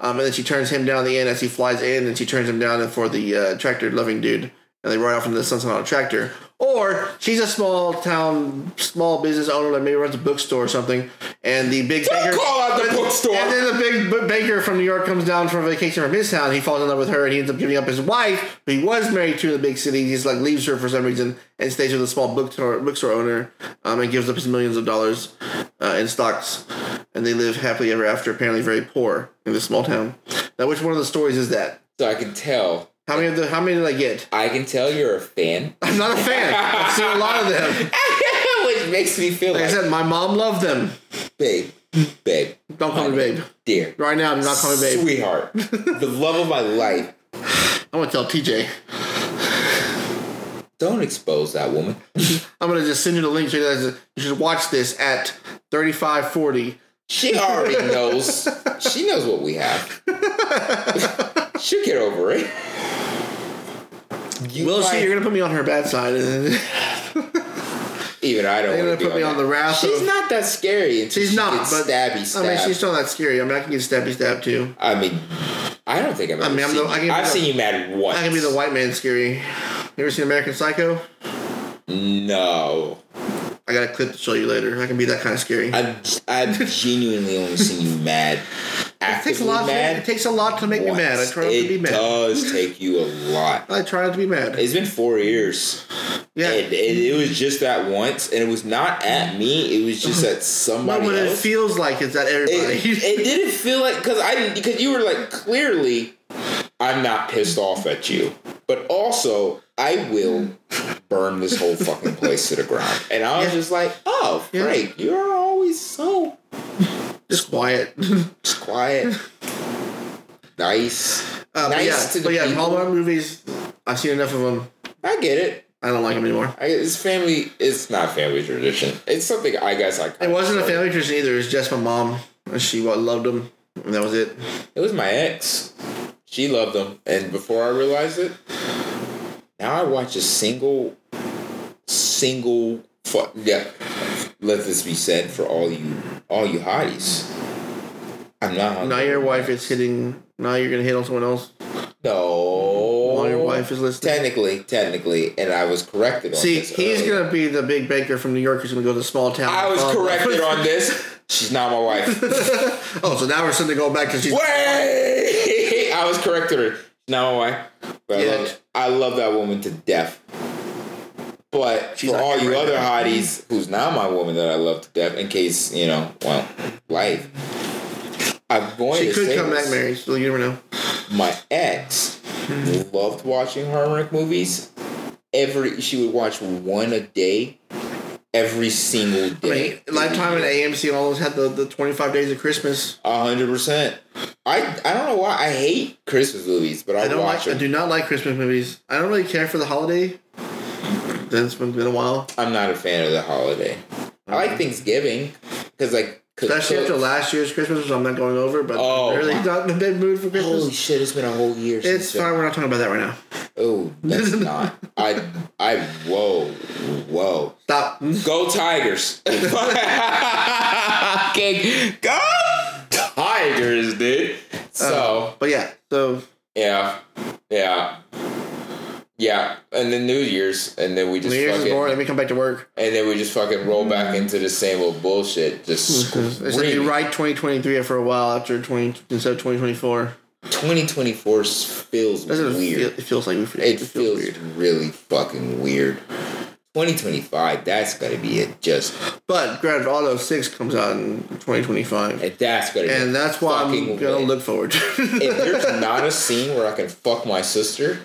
um, and then she turns him down in the end as he flies in, and she turns him down for the uh, tractor loving dude, and they ride off into the sunset on a tractor. Or she's a small town, small business owner that maybe runs a bookstore or something, and the big
Don't
baker-
call out the bookstore.
and then the big b- baker from New York comes down from vacation from his town. He falls in love with her, and he ends up giving up his wife, who he was married to in the big city. He's like leaves her for some reason and stays with a small bookstore bookstore owner, um, and gives up his millions of dollars uh, in stocks, and they live happily ever after. Apparently, very poor in this small town. Now, which one of the stories is that?
so I can tell.
How many of the? How many did I get?
I can tell you're a fan.
I'm not a fan. I've seen a lot of them.
Which makes me feel
Like I
like,
said, my mom loved them.
babe, babe,
Don't call me babe.
dear,
Right now, do not call me babe.
sweetheart, the love of my life.
I'm gonna tell TJ.
Don't expose that woman.
I'm gonna just send you the link. So you guys you should watch this at 3540.
She already knows. She knows what we have. She'll get over it. You
Will she?
might-
You're gonna put me on her bad side. and
Even I don't.
You're gonna
wanna be
put me on the
that.
wrath
She's
of.
not that scary. Until
She's
she
not,
gets
but
stabby
I
stab.
mean, she's not that scary. I mean, I can get stabby stabbed too.
I mean, I don't think I've ever
mean, I'm
seen.
the- I can
you.
be
I've
the-
seen you mad once.
I can be the white man scary. You ever seen American Psycho?
No,
I got a clip to show you later. I can be that kind of scary.
I've I've genuinely only seen you mad.
It takes a
Actively
lot.
mad.
To, it takes a lot to make
once.
me mad. I try not
it
to be mad.
does take you a lot.
I try not to be mad.
It's been four years.
Yeah.
And, and it was just that once, and it was not at me. It was just at
but
somebody
what it
else.
feels like is that everybody.
it, it didn't feel like because I didn't because you were like clearly I'm not pissed off at you, but also I will burn this whole fucking place to the ground. And I was
Yeah.
just like, oh,
Yeah.
Frank, you're always so
just quiet. Uh,
just quiet, nice,
Uh, but
nice
yeah,
to the
but yeah,
people.
Hallmark movies. I've seen enough of them.
I get it.
I don't like them anymore.
I, it's family. It's not family tradition. It's something I guess I.
It wasn't a family tradition either. It was just my mom. And She wa- loved them, and that was it.
It was my ex. She loved them, and before I realized it, now I watch a single, single. Fuck yeah. Let this be said for all you, all you hotties. I'm not.
Now your wife is hitting. Now you're gonna hit on someone else.
No.
Now your wife is listening.
Technically, technically, and I was corrected on
See,
this.
he's
earlier.
gonna be the big banker from New York. He's gonna go to the small town.
I was corrected on this. She's not my wife.
oh, so now we're suddenly going back because she's.
Wait! I was corrected. Now my wife. But I,
Yeah.
love, I love that woman to death. But
She's
for
not
all
here
you
right
other
now.
hotties, who's not my woman that I love to death, in case you know, well, life. I'm going
She
to
could
say
come
this.
back married. So you never know.
My ex
Hmm.
loved watching Hallmark movies. Every she would watch one a day, every single
I
day.
mean, Lifetime and AMC always had the, the 25 days of Christmas.
A hundred percent. I I don't know why I hate Christmas movies, but I,
I don't
watch
like. I
them.
do not like Christmas movies. I don't really care for the holiday. Then it's been, been a while,
I'm not a fan of the holiday. I like Thanksgiving because like cook-
Mm-hmm. especially after
cook-
last year's Christmas, which I'm not going over. But
Oh,
I'm really
my-
not in a big mood for Christmas.
Holy shit! It's been a whole year.
It's
since
fine. We're not talking about that right now.
Oh, that's not. I I whoa whoa.
Stop.
Go Tigers! okay, go Tigers, dude. So
But yeah, so
yeah, yeah, yeah, and then New Year's, and then we
New
just
Year's is
fucking
boring. Let me come back to work.
and then we just fucking roll back into the same old bullshit. Just
They said you
screaming.
write 2023 for a while after 20 instead of 2024.
2024 feels
Doesn't
weird.
Feel, it feels like we forget.
it feels really fucking weird. 2025, that's gotta be it. Just
But Grand Theft Auto 6 comes out in 2025,
and that's gotta be.
and that's why I'm
fucking
gonna
lit.
look forward. to
If there's not a scene where I can fuck my sister,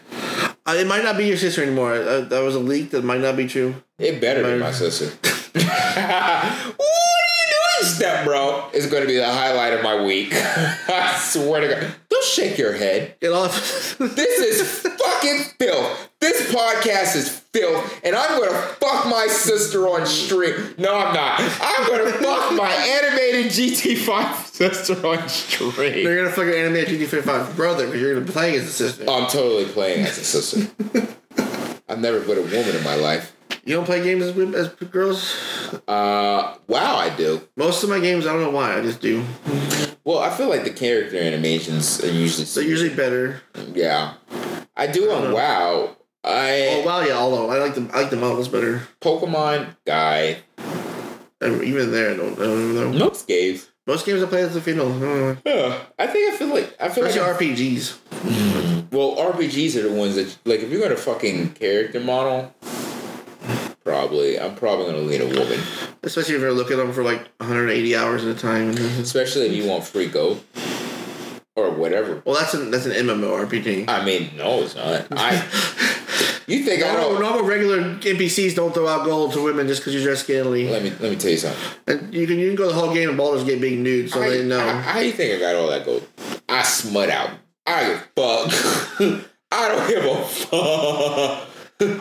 Uh, it might not be your sister anymore. Uh, that was a leak that might not be true.
it better be my sister. what are you doing, step bro? It's gonna be the highlight of my week. I swear to God. Don't shake your head.
Get off.
This is fucking filth. This podcast is filth, and I'm gonna fuck my sister on stream. No, I'm not. I'm gonna fuck my animated GT5 sister on stream.
They're gonna fucking animate GT55 brother because you're gonna be playing as a sister.
I'm totally playing as a sister. I've never put a woman in my life.
You don't play games as, women- as girls?
Uh, wow, I do.
Most of my games, I don't know why, I just do.
Well, I feel like the character animations are usually
They're usually better.
yeah. I do on WoW.
Oh
I
wow, yeah, although I like the I like the models better.
Pokemon guy.
And even there, I don't, I don't know.
No escapes.
Most games I play as a female. I don't know.
Huh. I think I feel like I feel like
Especially
I'm-
RPGs.
Well, RPGs are the ones that, like, if you're gonna fucking character model, probably I'm probably gonna lean a woman,
Especially if you're looking at them for like 180 hours at a time.
especially if you want free go or whatever.
Well, that's an that's an MMORPG.
I mean, no, it's not. I you think I
Normal,
don't?
normal regular NPCs don't throw out gold to women just because you dress scantily.
Let me let me tell you something.
And you can you can go the whole game and Baldur's Gate being nude, so
I-
they didn't
I-
know.
How do you think I got all that gold? I smut out. I give a fuck. I don't give a fuck.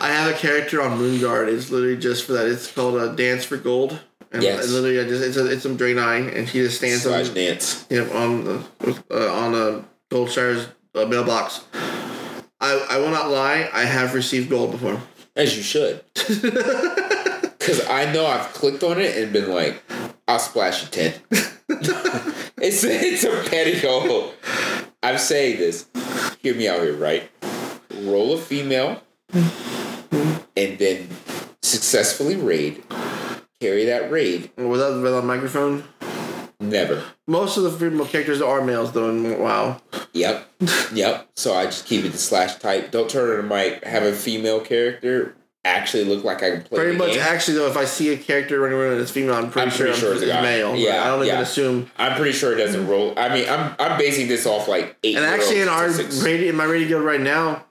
I have a character on Moonguard. It's literally just for that. It's called a Dance for Gold. And
Yes.
and literally, I just it's a, it's some drain eye, and she just stands
Slash
on,
dance.
you know, on the uh, on a Goldshire's uh, mailbox. I I will not lie. I have received gold before.
As you should. Because I know I've clicked on it and been like, I'll splash a 10. it's, it's a petty goal. I'm saying this. Hear me out here, right? Roll a female and then successfully raid. Carry that raid.
Was that the microphone?
Never.
Most of the female characters are males, though. And wow,
Yep. Yep. So I just keep it to slash type. Don't turn it to mic. Have a female character actually look like I can play.
pretty
the
much.
game.
Actually, though, if I see a character running around that's female, I'm
I'm
pretty sure,
pretty sure
I'm
it's a guy.
male. but
Yeah,
I don't even
yeah.
assume.
I'm pretty sure it doesn't roll. I mean, I'm I'm basing this off like eight.
And actually, in our
statistics.
rating, in my rating guild right now,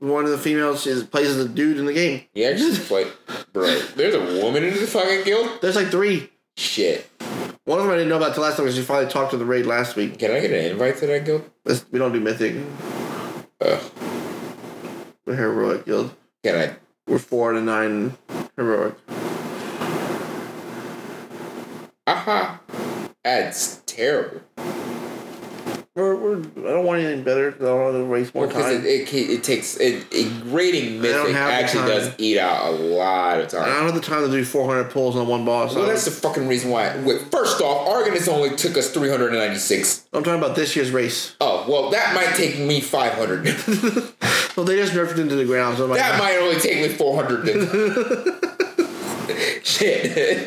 one of the females is plays as a dude in the game.
yeah, just like bro, there's a woman in the fucking guild.
There's like three.
Shit,
One of them I didn't know about till last time because she finally talked to the raid last week.
can I get an invite to that guild?
That's, we don't do mythic.
Ugh.
We're heroic guild.
Can I?
We're four out of nine heroic.
Aha, that's terrible.
We're, we're, I don't want anything better because I don't want to waste more
Because
time.
it, it, ca- it takes it, it rating
I don't
mythic
have the
actually
time. Uh,
does eat out a lot of
I
time.
don't have the time to do 400 pulls on one boss.
Well, that's the fucking reason why. Wait, first off, Argonauts only took us 396.
I'm talking about this year's race.
Oh, well, that might take me 500.
Well, they just nerfed it into the ground. So I'm like, "Ah,
that might only take me 400. Shit.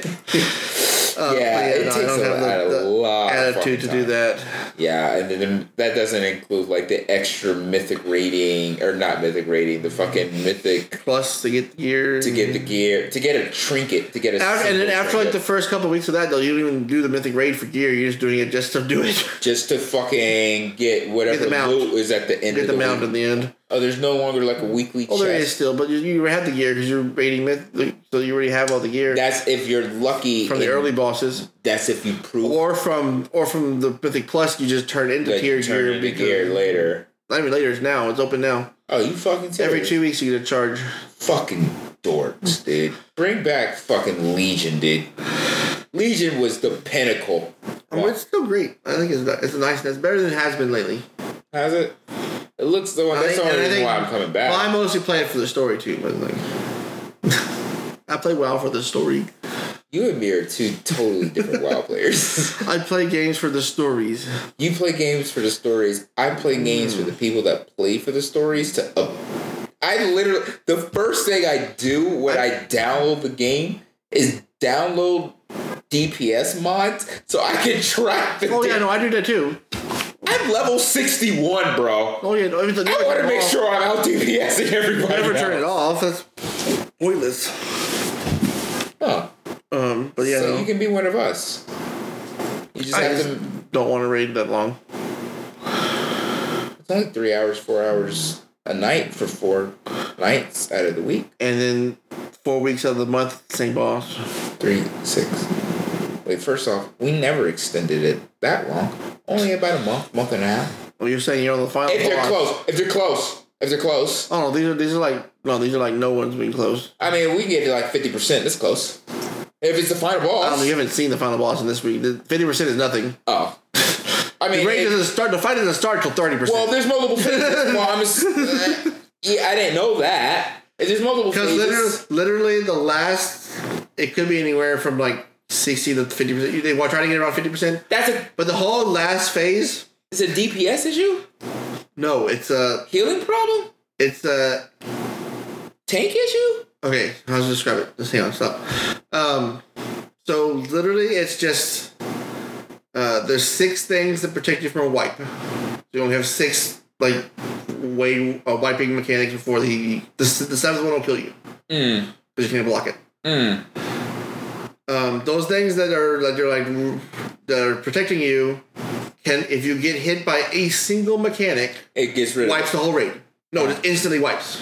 uh, but
yeah, it
no, I
takes
don't
a
have
lot- a lot of
attitude to
fucking
do
time.
that.
Yeah, and then that doesn't include like the extra mythic rating, or not mythic rating, the fucking mythic
Plus, to get the gear.
to get the gear, to get a trinket, to get a.
Mm. After, and then
single
after like the
trinket,
first couple of weeks of that, though, you don't even do the mythic raid for gear. You're just doing it just to do it.
just to fucking get whatever
mount.
loot is at the end
get
of
the
the,
mount
week.
in the end.
Oh, there's no longer like a weekly.
Well, there
chest.
is still, but you, you had the gear because you're raiding myth, so you already have all the gear
That's if you're lucky.
from the
and
early bosses,
That's if you prove
or from or from the mythic plus. You just turn into
that
tier
you turn
gear.
into
because-
gear later.
I mean, later it's now. It's open now.
Oh, you fucking
Every
serious?
two weeks you get a charge.
fucking dorks, dude. Bring back fucking Legion, dude. Legion was the pinnacle.
I mean, it's still great. I think it's it's nice. It's better than it has been lately.
How's it? It looks the one.
I
That's the
think-
only
and I
reason why
think-
I'm coming back.
Well, I mostly play it for the story too, but like. I play WoW for the story.
you and me are two totally different WoW players.
I play games for the stories.
You play games for the stories. I play games for the people that play for the stories. To up. I literally the first thing I do when I download the game is download DPS mods so I can track the.
Oh yeah,
da-
no, I do that too.
I'm level sixty one, bro.
Oh yeah, no, I, mean,
I want to make sure I'm out DPSing everybody.
I never
now.
turn it off. That's pointless.
Huh.
Um, but yeah,
so
no.
you can be one of us. You just
I
have
just
to.
don't want to raid that long.
It's only three hours, four hours a night for four nights out of the week.
And then four weeks of the month, same boss.
Three, six. Wait, first off, we never extended it that long. Only about a month, month and a half.
Well, Oh, you're saying you're on the final
If they're
boss.
close, if they're close, If they're close,
Oh no, these are these are like no, these are like no one's been close.
I mean, we get to like fifty percent. That's close. If it's the final
I don't know.
boss,
You haven't seen the final boss in this week. Fifty percent is nothing.
oh, I mean,
The raid
it-
doesn't start. The fight doesn't start till thirty
well,
percent.
there's multiple phases. well, I'm just, uh, yeah, I didn't know that. If there's multiple
Because
phases,
literally, literally the last, it could be anywhere from like sixty to fifty percent. They want trying to get around fifty percent,
that's a
but the whole last phase,
it's a DPS issue,
no, it's a
healing problem,
it's a
tank issue.
okay. How's to describe it? Just hang on, stop. Um, so literally, it's just uh, there's six things that protect you from a wipe. You only have six like way uh, wiping mechanics before the the, the seventh one will kill you
Mm.
because you can't block it.
Mm.
um, those things that are that you're like that are protecting you can if you get hit by a single mechanic
It gets rid of.
wipes the whole raid no just instantly wipes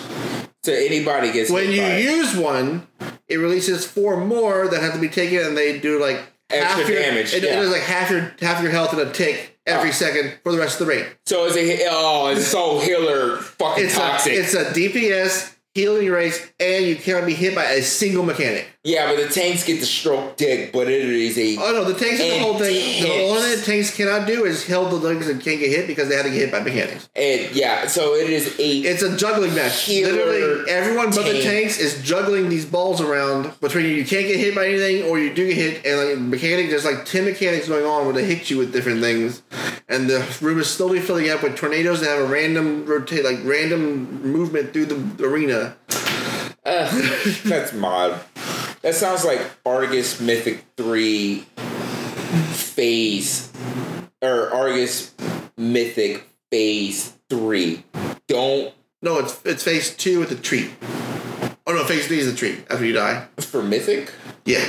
So anybody gets
when
hit
you
by it.
use one it releases four more that have to be taken and they do like
Extra
half your,
damage,
it, it
yeah.
does like half your half your health in a tick every
Oh.
second for the rest of the raid
So it's a oh, it's so healer fucking
it's
toxic.
a it's a dps healing race and you cannot be hit by a single mechanic
yeah, but the tanks get the stroke dick, but it is a
Oh no, the tanks and the
And
whole thing. The
tanks.
only thing tanks cannot do is held the legs and can't get hit because they had to get hit by mechanics.
and yeah. So it is a
It's a juggling match.
Killer
Literally, everyone but the
tank.
tanks is juggling these balls around between you. You can't get hit by anything, or you do get hit, and like mechanic, there's like ten mechanics going on where they hit you with different things, and the room is slowly filling up with tornadoes that have a random rotate, like random movement through the arena.
Ugh, that's mod. That sounds like Argus Mythic Three Phase or Argus Mythic Phase Three. Don't
No, it's it's phase two with the tree. Oh no, phase three is the tree after you die.
for Mythic
Yeah.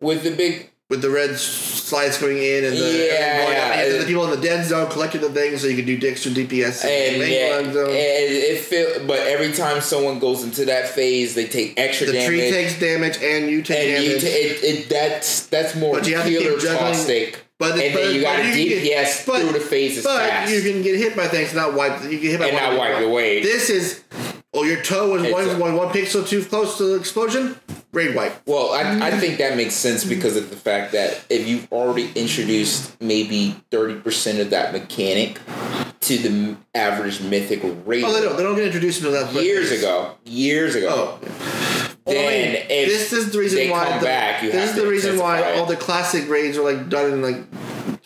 with the big
with the red slides coming in and the,
Yeah,
and,
yeah.
and then the people in the dead zone collecting the things so you can do dicks or DPS
and
main
yeah,
line
and
zone.
it feel. But every time someone goes into that phase, they take extra
the
damage.
tree takes damage and you take
and you
damage.
t- it, it that's that's more
But you have to keep
healer
juggling-
toxic.
but
and
but-
then you got
but
to
can
DPS
get- but-
through the phases
But
fast.
you can get hit by things and not wipe. You get hit by
And
one
not wipe away.
This is oh your toe was
It's
one,
a-
one- one pixel too close to the explosion. Raid wipe.
well, I,
Mm.
I think that makes sense because of the fact that if you've already introduced maybe thirty percent of that mechanic to the m- average mythic rate
Oh, they don't. They don't get introduced until that. but-
years ago, years ago,
Oh,
then
Only-
if
this is the reason
they
why
come
the,
back, you
this
have
is
to
the reason why
intensify it.
all the classic raids are like done in like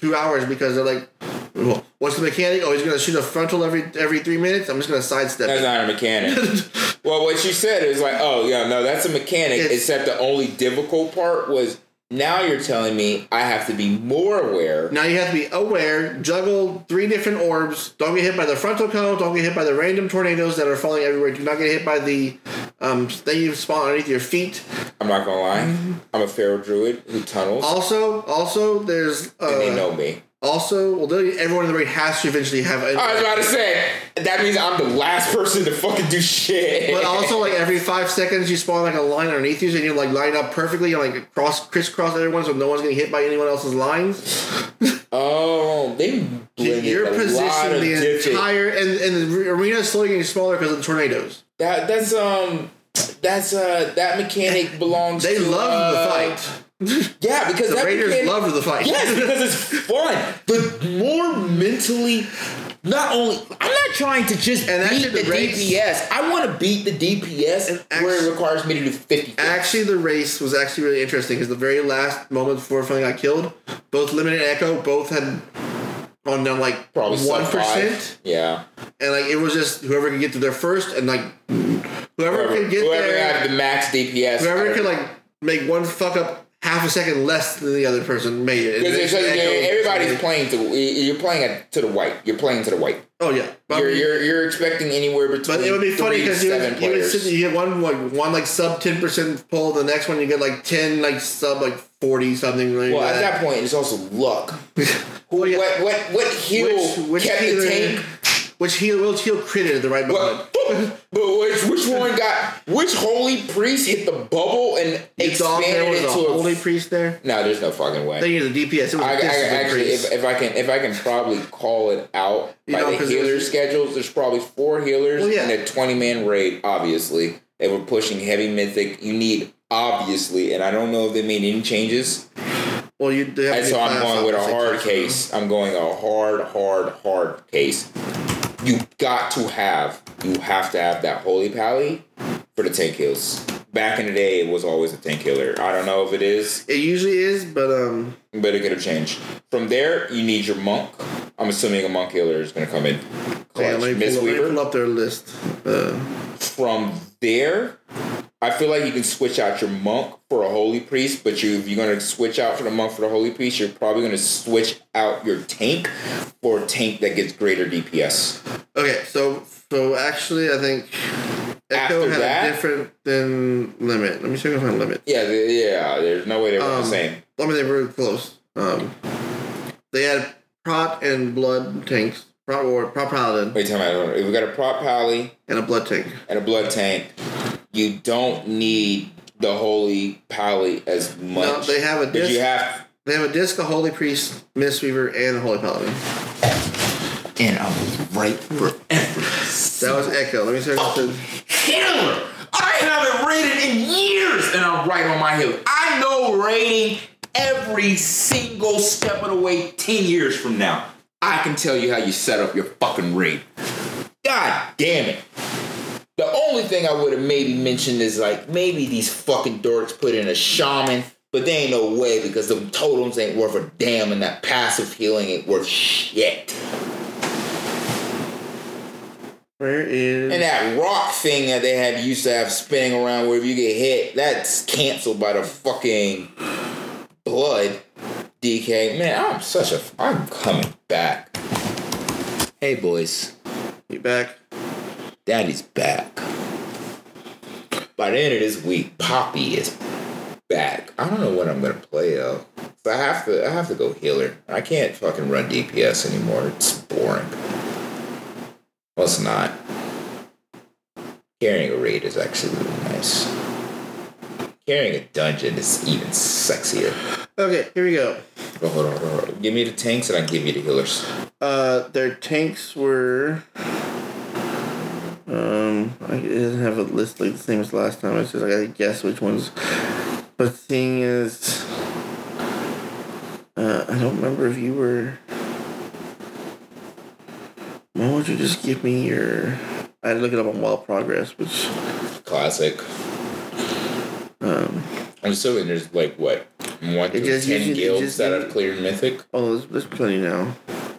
two hours because they're like, well, what's the mechanic? Oh, he's gonna shoot a frontal every every three minutes. I'm just gonna sidestep.
that's
it.
not a mechanic. well, what you said is like, oh yeah, no, that's a mechanic.
It's-
except the only difficult part was now you're telling me I have to be more aware.
Now you have to be aware, juggle three different orbs. Don't get hit by the frontal cone. Don't get hit by the random tornadoes that are falling everywhere. Do not get hit by the um, thing you spawn underneath your feet.
I'm not gonna
Mm-hmm.
lie. I'm a feral druid who tunnels,
Also, also there's
and they
uh,
know me.
also well, they- everyone in the raid has to eventually have. A,
I was about to say that means I'm the last person to fucking do shit.
But also, like every five seconds, you spawn like a line underneath you, and you like line up perfectly, and like cross crisscross everyone, so no one's getting hit by anyone else's lines.
oh, they blended
Your
a lot
position,
of
the
different.
entire and and the arena is slowly getting smaller because of the tornadoes.
that that's um. That's uh, that mechanic belongs.
They
to,
loved
uh,
the fight.
Yeah, because
The
that
Raiders
mechanic,
loved the fight.
Yes, because it's fun. The more mentally, not only I'm not trying to just
And
beat
actually
the
the race-
DPS. I want to beat the DPS
And
where
actu-
it requires me to do 50.
Actually, the race was actually really interesting because the very last moment before finally got killed, both Limited and Echo both had on down like
Probably sub
one percent.
five. Yeah,
and like it was just whoever could get to their first and like whoever,
whoever,
could get
whoever
there
had the max DPS,
whoever could like make one fuck up half a second less than the other person made it. And
Because
then echo-
everybody's playing to you're playing at, to the white. You're playing to the white.
Oh yeah, but, I
You're
mean-
you're, you're expecting anywhere between
but it would be funny
three to
because you,
seven
would- you would
players.
sit, you get one like one like sub ten percent pull, the next one you get like ten like sub like forty something. Like
well, at
that.
that point, it's also luck. Who,
yeah.
What what what heal
which which
kept the
healer,
tank?
which heal which heal critted at the right moment.
What, boop, bubble. But which which one got which holy priest hit the bubble and
You thought there
expanded
was
it
a
to a
holy priest there?
No, there's no fucking way.
I think he was a DPS. It was a
I, I
discipline
actually,
priest.
if, if I can, if I can probably call it out
You
by
know,
the
'cause
healer
there's-
schedules, there's probably four healers
Well, yeah.
and a 20 man raid. Obviously, they were pushing heavy mythic. You need obviously, and I don't know if they made any changes.
well, you they have
And
to
so
do
I'm
class
going with a
opposite
hard
class.
case. I'm going a hard, hard, hard case. You got to have, you have to have that holy pally for the tank kills. Back in the day, it was always a tank killer. I don't know if it is.
It usually is, but um,
But it could have changed. From there, you need your monk. I'm assuming a monk healer is going to come in.
yeah,
Clutch.
let, me
Miss
pull up, let me pull
Weaver.
up their list. Uh,
From there, I feel like you can switch out your monk for a holy priest, but you, if you're going to switch out for the monk for the holy priest, you're probably going to switch out your tank for a tank that gets greater DPS.
okay, so so actually, I think Echo
After
had
that-
a different than Limit. Let me see if I can find Limit.
Yeah, th- yeah. There's no way they were the
Um,
same.
I mean, they were close. Um, they had Prot and Blood tanks, Prot or Prot Paladin,
Wait, tell me. I don't know. If we got a prop pally,
and a Blood tank.
and a blood tank, you don't need the holy pally as much.
No, they have a
but you
disc.
have
They have a disc, a holy priest, Miss Weaver, and a holy paladin.
and I was right for every Oh.
That was Echo. Let me see. if I can-
Hitler. I haven't rated in years, and I'm right on my heels. I know rating every single step of the way. Ten years from now, I can tell you how you set up your fucking rate. God damn it. The only thing I would have maybe mentioned is like maybe these fucking dorks put in a shaman, but they ain't no way because them totems ain't worth a damn and that passive healing ain't worth shit.
Where is?
And that rock thing that they had used to have spinning around where if you get hit, that's canceled by the fucking blood. DK, man, I'm such a. I'm coming back. Hey, boys.
You back?
Daddy's back. By the end of this week, Poppy is back. I don't know what I'm gonna play though. So I have to I have to go healer. I can't fucking run DPS anymore. It's boring. Well it's not. Carrying a raid is actually really nice. Carrying a dungeon is even sexier.
Okay, here we go.
But hold on, hold on, hold on. Give me the tanks and I can give you the healers.
Uh, their tanks were. Um, I it doesn't have a list like the same as last time. It's just I gotta guess which ones. But thing is, uh, I don't remember if you were. Why would you just give me your? I had to look it up on Wild Progress, which
Classic.
um,
I'm assuming there's like what one to
It just
ten
usually- it
guilds
just-
that have cleared mythic.
oh, there's, there's plenty now.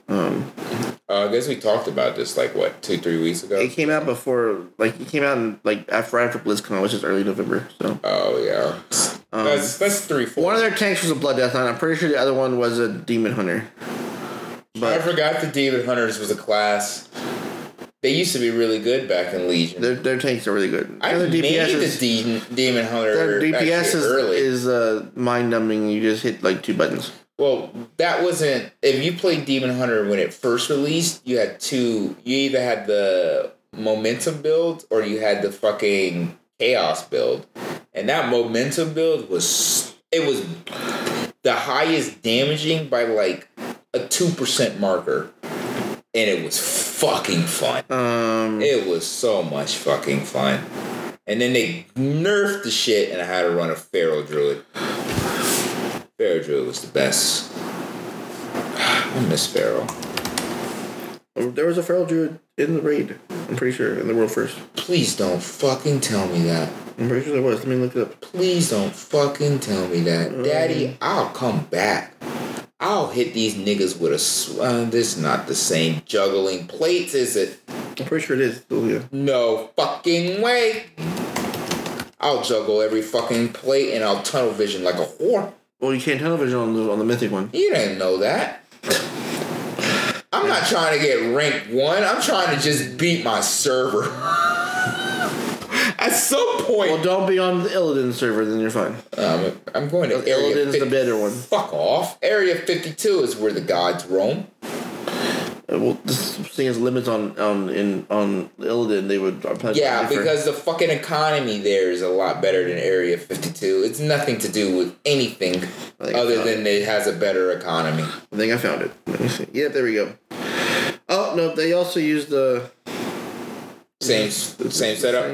Um,
Uh, I guess we talked about this like what two three weeks ago.
it came out before, like it came out in, like after after BlizzCon, which is early November. So
Oh yeah,
um,
that's that's three four.
One of their tanks was a blood death knight. I'm pretty sure the other one was a demon hunter.
I
But
forgot the demon hunters was a class. They used to be really good back in Legion.
their, their tanks are really good.
I
And their
made
DPS
the
is
de- demon hunter
their DPS
actually
is,
early.
is uh, mind numbing. You just hit like two buttons.
well, that wasn't. If you played demon hunter when it first released, you had two. You either had the momentum build or you had the fucking chaos build, and that momentum build was it was the highest damaging by like a 2% marker. And it was fucking fun.
Um,
It was so much fucking fun. And then they nerfed the shit, and I had to run a Feral Druid. Feral Druid was the best. I miss Feral.
there was a feral druid in the raid. I'm pretty sure in the world first.
Please don't fucking tell me that.
I'm pretty sure there was. Let me look it up.
Please don't fucking tell me that. Daddy, I'll come back. I'll hit these niggas with a. Sw- uh, this is not the same juggling plates, is it?
I'm pretty sure it is. Oh, yeah.
No fucking way. I'll juggle every fucking plate and I'll tunnel vision like a whore.
Well, you can't television on the on the mythic one.
You didn't know that. I'm not trying to get rank one. I'm trying to just beat my server. At some point,
Well, don't be on the Illidan server, then you're fine.
um, I'm going to area.
Illidan's the
50
better one.
Fuck off. Area 52 is where the gods roam.
Uh, well, this thing has limits on on in on Illidan. They would uh, are probably
Yeah,
different.
because the fucking economy there is a lot better than Area 52. It's nothing to do with anything
think
other
so.
than it has a better economy.
I think I found it. Let me see. Yep, there we go. Oh no, they also use the
Same same setup.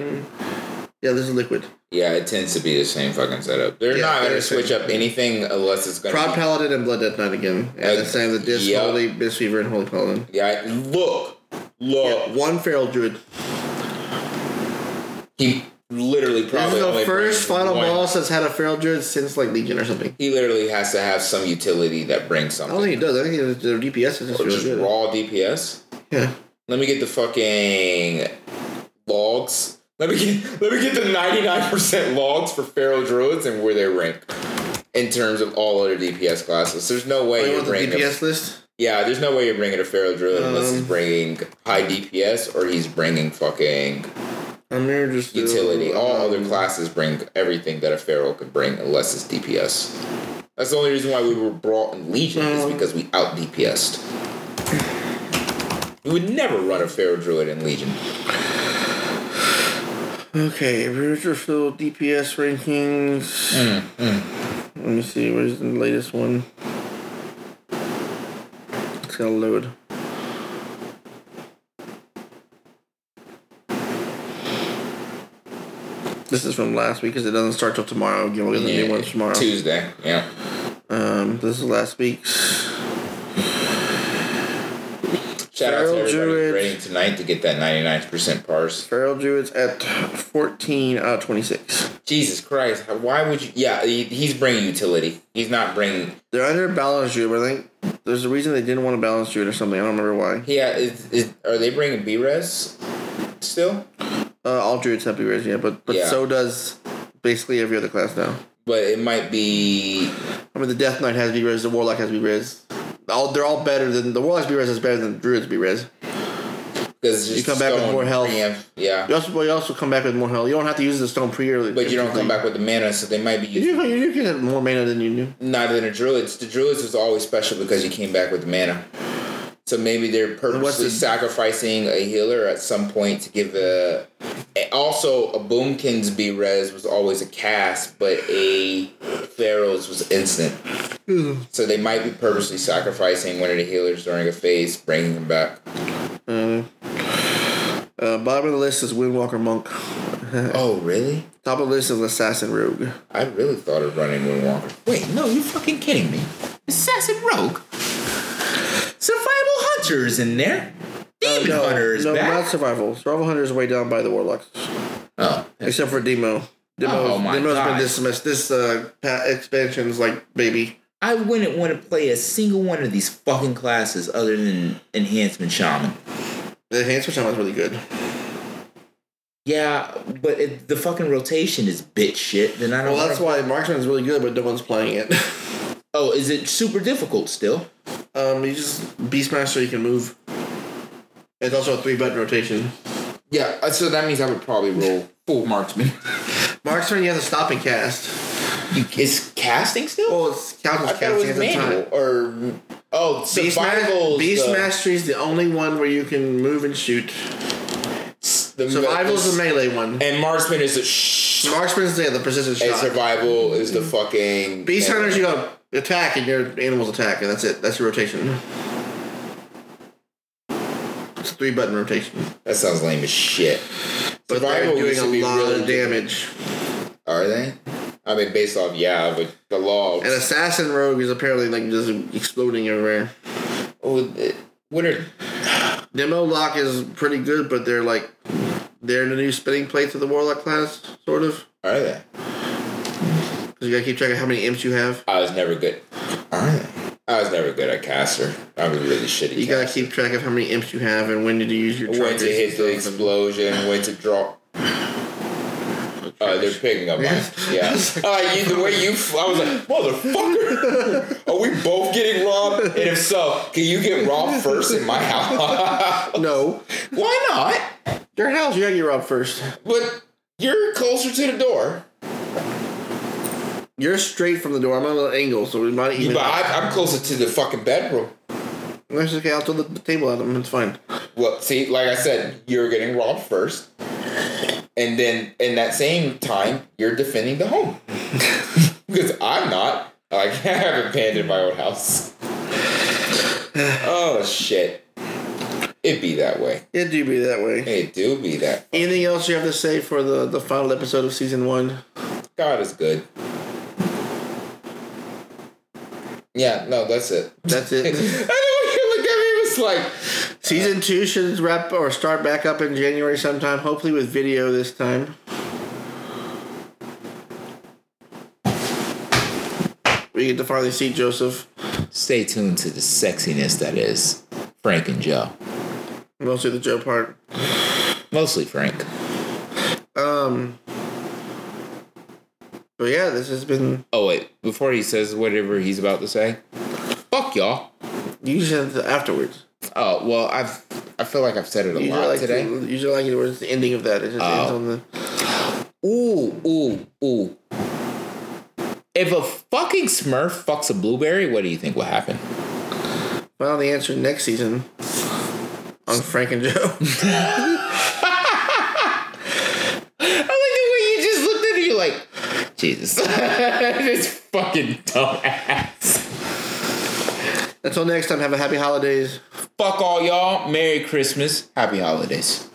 yeah. This is liquid.
Yeah, it tends to be the same fucking setup. They're
Yeah,
not
they're
going
the
to switch up anything unless it's going to
Proud Paladin and Blood Death Knight again, and
Uh,
the same the Disc
yeah.
Holy Mistweaver and Holy Paladin.
be. Yeah, look. Look.
One Feral Druid.
He literally
This
probably
is the
only brings
first final
one-
boss that's had a Feral Druid since like Legion or something.
He literally has to have some utility that brings
I don't
something.
think it Oh, does. I think it's- their DPS is just
Or
really
just
good.
raw DPS.
Yeah.
Let me get the fucking logs. Let me get let me get the ninety nine percent logs for feral druids and where they rank in terms of all other DPS classes. There's no way
Oh, you
you're
want the
bringing. A,
DPS list?
yeah, there's no way you're bringing a feral druid unless he's
Um,
bringing high DPS or he's bringing fucking
I'm there just
utility. All
um,
other classes bring everything that a feral could bring unless it's DPS. That's the only reason why we were brought in Legion is
Um,
because we out DPSed. We would never run a feral druid in Legion.
Okay, Ranger Field DPS rankings. Let me see, where's the latest one? It's gonna load. This is from last week because it doesn't start till tomorrow. Again, we'll get the new ones tomorrow.
Tuesday. Yeah.
Um, this is last week's.
Shout out to
Feral
everybody
Druid.
rating tonight to get that 99% parse.
Feral Druids at 14 out of 26.
Jesus Christ. Why would you? Yeah, he, he's bringing utility. He's not bringing.
They're under balance Druid, but I think there's a reason they didn't want to balance Druid or something. I don't remember why.
Yeah, is, is, are they bringing B res still?
Uh, all druids have bewitch, yeah, but but
Yeah.
so does basically every other class now.
But it might be.
I mean, the Death Knight has bewitch, the Warlock has bewitch. All they're all better than the Warlock's bewitch is better than the Druid's bewitch.
Because you
come back with more health.
Yeah.
You also well, you also come back with more health. You don't have to use the stone pre early,
But you don't come back with the mana, so they might be
You
using.
do, you do get more mana than you knew.
Neither than the druids. The druids was always special because you came back with the mana. So maybe they're
what's
purposely
the-
sacrificing a healer at some point to give a. and Also, a Boomkin's B res was always a cast, but a Pharaoh's was instant. So they might be purposely sacrificing one of the healers during a phase, bringing him back.
Uh, bottom of the list is Windwalker Monk. Uh,
Oh, really?
Top of the list is Assassin Rogue.
I really thought of running Moonwalker. Wait, no, you're fucking kidding me. Assassin Rogue? Survival Hunter is in there. Demon
No,
Hunter is
no,
back.
not survival. Survival Hunter is way down by the Warlocks,
oh,
except for Demo. Demo,
Oh my
Demo's
God.
been dismissed. This uh, pa- expansion's like baby.
I wouldn't want to play a single one of these fucking classes other than Enhancement Shaman.
The enhancement time was really good.
Yeah, but it, the fucking rotation is bitch shit. Then I don't.
Well, that's
wanna-
why marksman is really good, but no one's playing it.
Oh, is it super difficult still?
um, you just beastmaster, you can move. It's also a three button rotation.
Yeah, uh, so that means I would probably roll full marksman.
Marksman, you have to stop and cast.
you, is casting still?
Well, it's counts
I
as
thought it
casting
was
at the
manual
time.
or oh survival.
Beastma- Beastmastery is the only one where you can move and shoot.
the, the
Survival is the melee one.
and marksman is the shh.
Marksman is the, the precision
And
shot.
survival is the fucking
Beast hunters, you go attack and your animals attack, and that's it. That's your rotation. It's a three button rotation.
That sounds lame as shit.
But
Survival
they're
used to
doing
be
a lot
really
of damage.
Are they? I mean, based off yeah, but the law.
An assassin rogue is apparently like just exploding everywhere.
Oh, th- what are
Demo lock is pretty good, but they're like they're in the new spinning plates of the warlock class, sort of.
are they?
Because you gotta keep track of how many imps you have.
I was never good. Are they? I was never good at caster. I was really shitty.
You gotta keep track of how many imps you have and when did you use your
when to
charges
hit the
and stuff.
explosion, when to drop. Uh, they're picking up on it. Yeah. Uh, you, the way you, f- I was like, motherfucker, are we both getting robbed? And if so, can you get robbed first in my house?
No,
Why not?
your house. You gotta get robbed first.
But you're closer to the door.
You're straight from the door. I'm on an angle, so we might even.
But I, I'm closer to the fucking bedroom.
That's okay. I'll throw the, the table at him. It's fine.
Well, see, like I said, you're getting robbed first, and then in that same time, you're defending the home because I'm not. Like, I haven't abandoned my old house. oh shit! It be that way.
It do be that way.
It do be that.
Anything else you have to say for the the final episode of season one?
God is good. Yeah, no, that's it.
That's
I
it.
know you looked at me. It was like,
Season two should wrap or start back up in January sometime, hopefully with video this time. We get to finally see Joseph.
stay tuned to the sexiness that is Frank and Joe.
Mostly the Joe part.
Mostly Frank.
Um But yeah, this has been
Oh wait, before he says whatever he's about to say, fuck y'all.
usually the- afterwards.
Oh well, I've I feel like I've said it a
Usually
lot
like
today.
The, usually like it was the ending of that. It just ends
Oh.
on the
Ooh ooh ooh. If a fucking Smurf fucks a blueberry, what do you think will happen?
Well the answer next season on Frank and Joe.
I like the way you just looked at me like, Jesus, this fucking dumbass.
Until next time, have a happy holidays.
Fuck all y'all. Merry Christmas. Happy holidays.